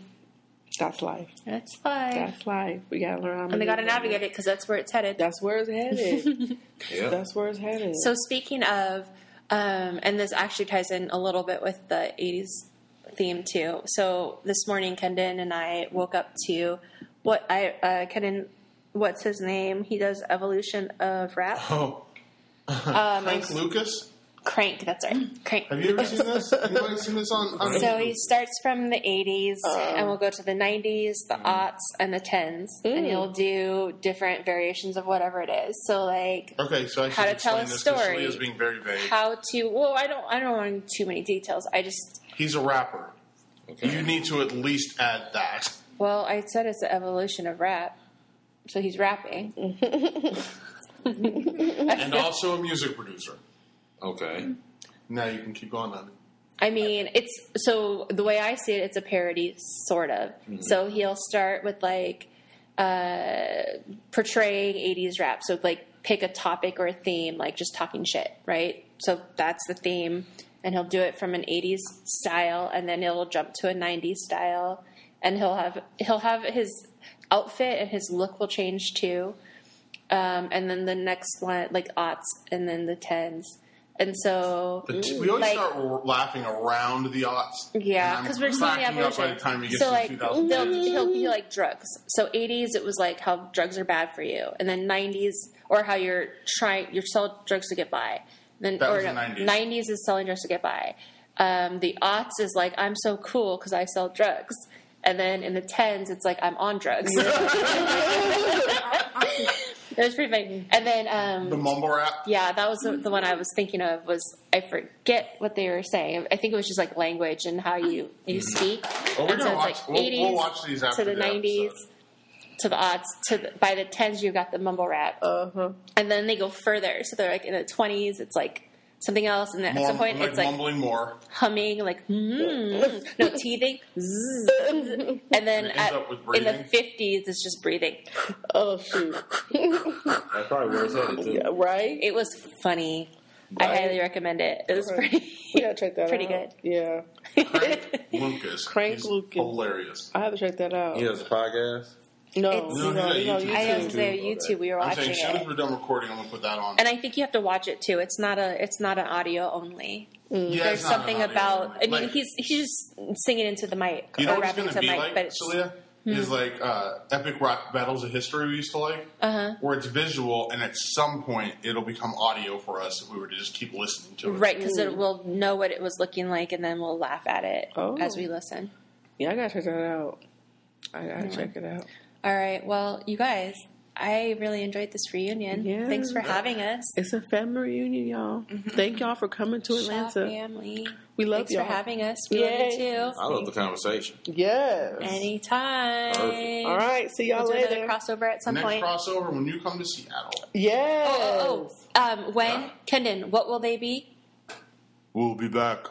Speaker 1: that's life.
Speaker 3: that's fine.
Speaker 1: That's life. We gotta learn how to
Speaker 3: And they got to
Speaker 1: live.
Speaker 3: navigate it because that's where it's headed.
Speaker 1: That's where it's
Speaker 3: *laughs*
Speaker 1: headed.
Speaker 2: Yeah,
Speaker 1: that's where it's headed.
Speaker 3: So speaking of, um, and this actually ties in a little bit with the '80s theme too. So this morning, Kendon and I woke up to what I uh, Kendon, what's his name? He does evolution of
Speaker 4: *laughs*
Speaker 3: rap.
Speaker 4: *laughs* Oh,
Speaker 3: Um,
Speaker 4: Frank Lucas.
Speaker 3: Crank. That's right. Crank.
Speaker 4: Have you ever
Speaker 3: *laughs*
Speaker 4: seen this? Anybody seen this on? on
Speaker 3: So he starts from the 80s
Speaker 4: Oh.
Speaker 3: and we'll go to the 90s, the
Speaker 4: Mm-hmm.
Speaker 3: aughts, and the 10s. And he'll do different variations of whatever it is. So, like,
Speaker 4: Okay, so I
Speaker 3: How
Speaker 4: should
Speaker 3: to tell
Speaker 4: explain
Speaker 3: a
Speaker 4: this 'cause
Speaker 3: story.
Speaker 4: Shalea's being very vague.
Speaker 3: how to. Well, I don't, I don't want too many details. I just.
Speaker 4: He's a rapper.
Speaker 2: Okay.
Speaker 4: You need to at least
Speaker 3: *laughs*
Speaker 4: add that.
Speaker 3: Well, I said it's the evolution of rap. So he's rapping.
Speaker 4: And also a music producer.
Speaker 2: okay.
Speaker 4: Now you can keep going on it.
Speaker 3: I mean, it's so the way I see it, it's a parody, sort of. So he'll start with like uh, portraying 80s rap. So, like, pick a topic or a theme, like just talking shit, right? So that's the theme. And he'll do it from an 80s style, and then he'll jump to a 90s style. And he'll have he'll have his outfit and his look will change too. um, and then the next one like aughts, and then the tens, and so
Speaker 4: The t- we always
Speaker 3: like-
Speaker 4: start r- laughing around the odds.
Speaker 3: yeah,
Speaker 4: And I'm
Speaker 3: because we're just on the
Speaker 4: cracking up
Speaker 3: evolution.
Speaker 4: by the time you get
Speaker 3: so
Speaker 4: to
Speaker 3: like
Speaker 4: 2010.
Speaker 3: they'll he'll be like drugs. So 80s it was like how drugs are bad for you, and then 90s or how you're trying you're selling drugs to get by. Then
Speaker 4: That
Speaker 3: or
Speaker 4: was
Speaker 3: no,
Speaker 4: the 90s.
Speaker 3: 90s is selling drugs to get by. Um, the aughts is like I'm so cool because I sell drugs, and then in the tens it's like I'm on
Speaker 4: *laughs*
Speaker 3: drugs. *laughs* that was pretty funny. And then um,
Speaker 4: The mumble rap.
Speaker 3: yeah, that was the, the one I was thinking of. Was I forget what they were saying? I think it was just like language and how you you speak.
Speaker 4: Mm-hmm. Well, we're
Speaker 3: and
Speaker 4: gonna watch. we'll,
Speaker 3: 80s
Speaker 4: we'll watch these after
Speaker 3: to the
Speaker 4: the
Speaker 3: nineties,
Speaker 4: episode.
Speaker 3: to the odds, to the, by the tens you got the mumble rap,
Speaker 1: Uh huh.
Speaker 3: and then they go further. So they're like in the twenties, it's like something else, and then at
Speaker 4: More,
Speaker 3: some point
Speaker 4: like
Speaker 3: it's like
Speaker 4: mumbling
Speaker 3: *laughs*
Speaker 4: more.
Speaker 3: humming,
Speaker 4: *laughs*
Speaker 3: like mm, no teething, *laughs* zzz, and then
Speaker 4: It ends
Speaker 3: at,
Speaker 4: up with
Speaker 3: in the
Speaker 4: breathing.
Speaker 3: fifties it's just breathing.
Speaker 1: Oh shoot.
Speaker 2: That's probably where it's headed to.
Speaker 1: Yeah,
Speaker 3: *laughs*
Speaker 1: right.
Speaker 3: It was funny. I
Speaker 2: Right.
Speaker 3: highly recommend it. It was
Speaker 1: Right.
Speaker 3: pretty.
Speaker 1: *laughs*
Speaker 3: *laughs*
Speaker 1: We gotta check that
Speaker 3: Pretty
Speaker 1: out. good. Yeah,
Speaker 4: Crank Lucas.
Speaker 1: Crank
Speaker 4: He's
Speaker 1: Lucas.
Speaker 4: Hilarious.
Speaker 1: I have to check that out.
Speaker 2: He has a podcast.
Speaker 1: No,
Speaker 3: It's-
Speaker 1: no, no,
Speaker 4: No,
Speaker 1: no,
Speaker 4: he's on
Speaker 3: I
Speaker 1: YouTube.
Speaker 3: was there
Speaker 2: YouTube,
Speaker 3: YouTube. We were
Speaker 4: I'm
Speaker 3: watching
Speaker 4: saying, as soon as
Speaker 3: it,
Speaker 4: we're done recording, I'm gonna put that on.
Speaker 3: and I think you have to watch it too. It's not a. It's not an audio only.
Speaker 4: Yeah,
Speaker 3: There's
Speaker 4: it's not an
Speaker 3: something
Speaker 4: audio
Speaker 3: about.
Speaker 4: only.
Speaker 3: I mean,
Speaker 4: Like,
Speaker 3: he's he's just singing into the mic
Speaker 4: You know
Speaker 3: or
Speaker 4: what it's
Speaker 3: rapping
Speaker 4: going
Speaker 3: to
Speaker 4: to
Speaker 3: the
Speaker 4: be
Speaker 3: mic,
Speaker 4: like,
Speaker 3: but it's Hmm.
Speaker 4: Celia? Is like uh, epic rock battles of history we used to like,
Speaker 3: Uh-huh.
Speaker 4: where it's visual, and at some point it'll become audio for us if we were to just keep listening to it.
Speaker 3: right because it will know what it was looking like, and then we'll laugh at it
Speaker 1: Oh.
Speaker 3: as we listen.
Speaker 1: Yeah, I gotta check that out. I gotta check it out.
Speaker 3: All right. Well, you guys, I really enjoyed this reunion.
Speaker 1: Yeah.
Speaker 3: Thanks for having us.
Speaker 1: It's a family reunion, y'all.
Speaker 3: Mm-hmm.
Speaker 1: Thank y'all for coming to
Speaker 3: Shaw
Speaker 1: Atlanta.
Speaker 3: family.
Speaker 1: We love
Speaker 3: Thanks
Speaker 1: y'all.
Speaker 3: for having us. We love you
Speaker 2: I love the conversation.
Speaker 1: Yes.
Speaker 3: too. Anytime.
Speaker 2: Perfect.
Speaker 1: All right. See y'all
Speaker 3: We'll do another
Speaker 1: later.
Speaker 3: crossover at some
Speaker 4: Next
Speaker 3: point.
Speaker 4: crossover when you come to Seattle,
Speaker 1: yes.
Speaker 3: Oh, oh, um, when Kendon, what will they be?
Speaker 2: *laughs*
Speaker 4: we'll be back.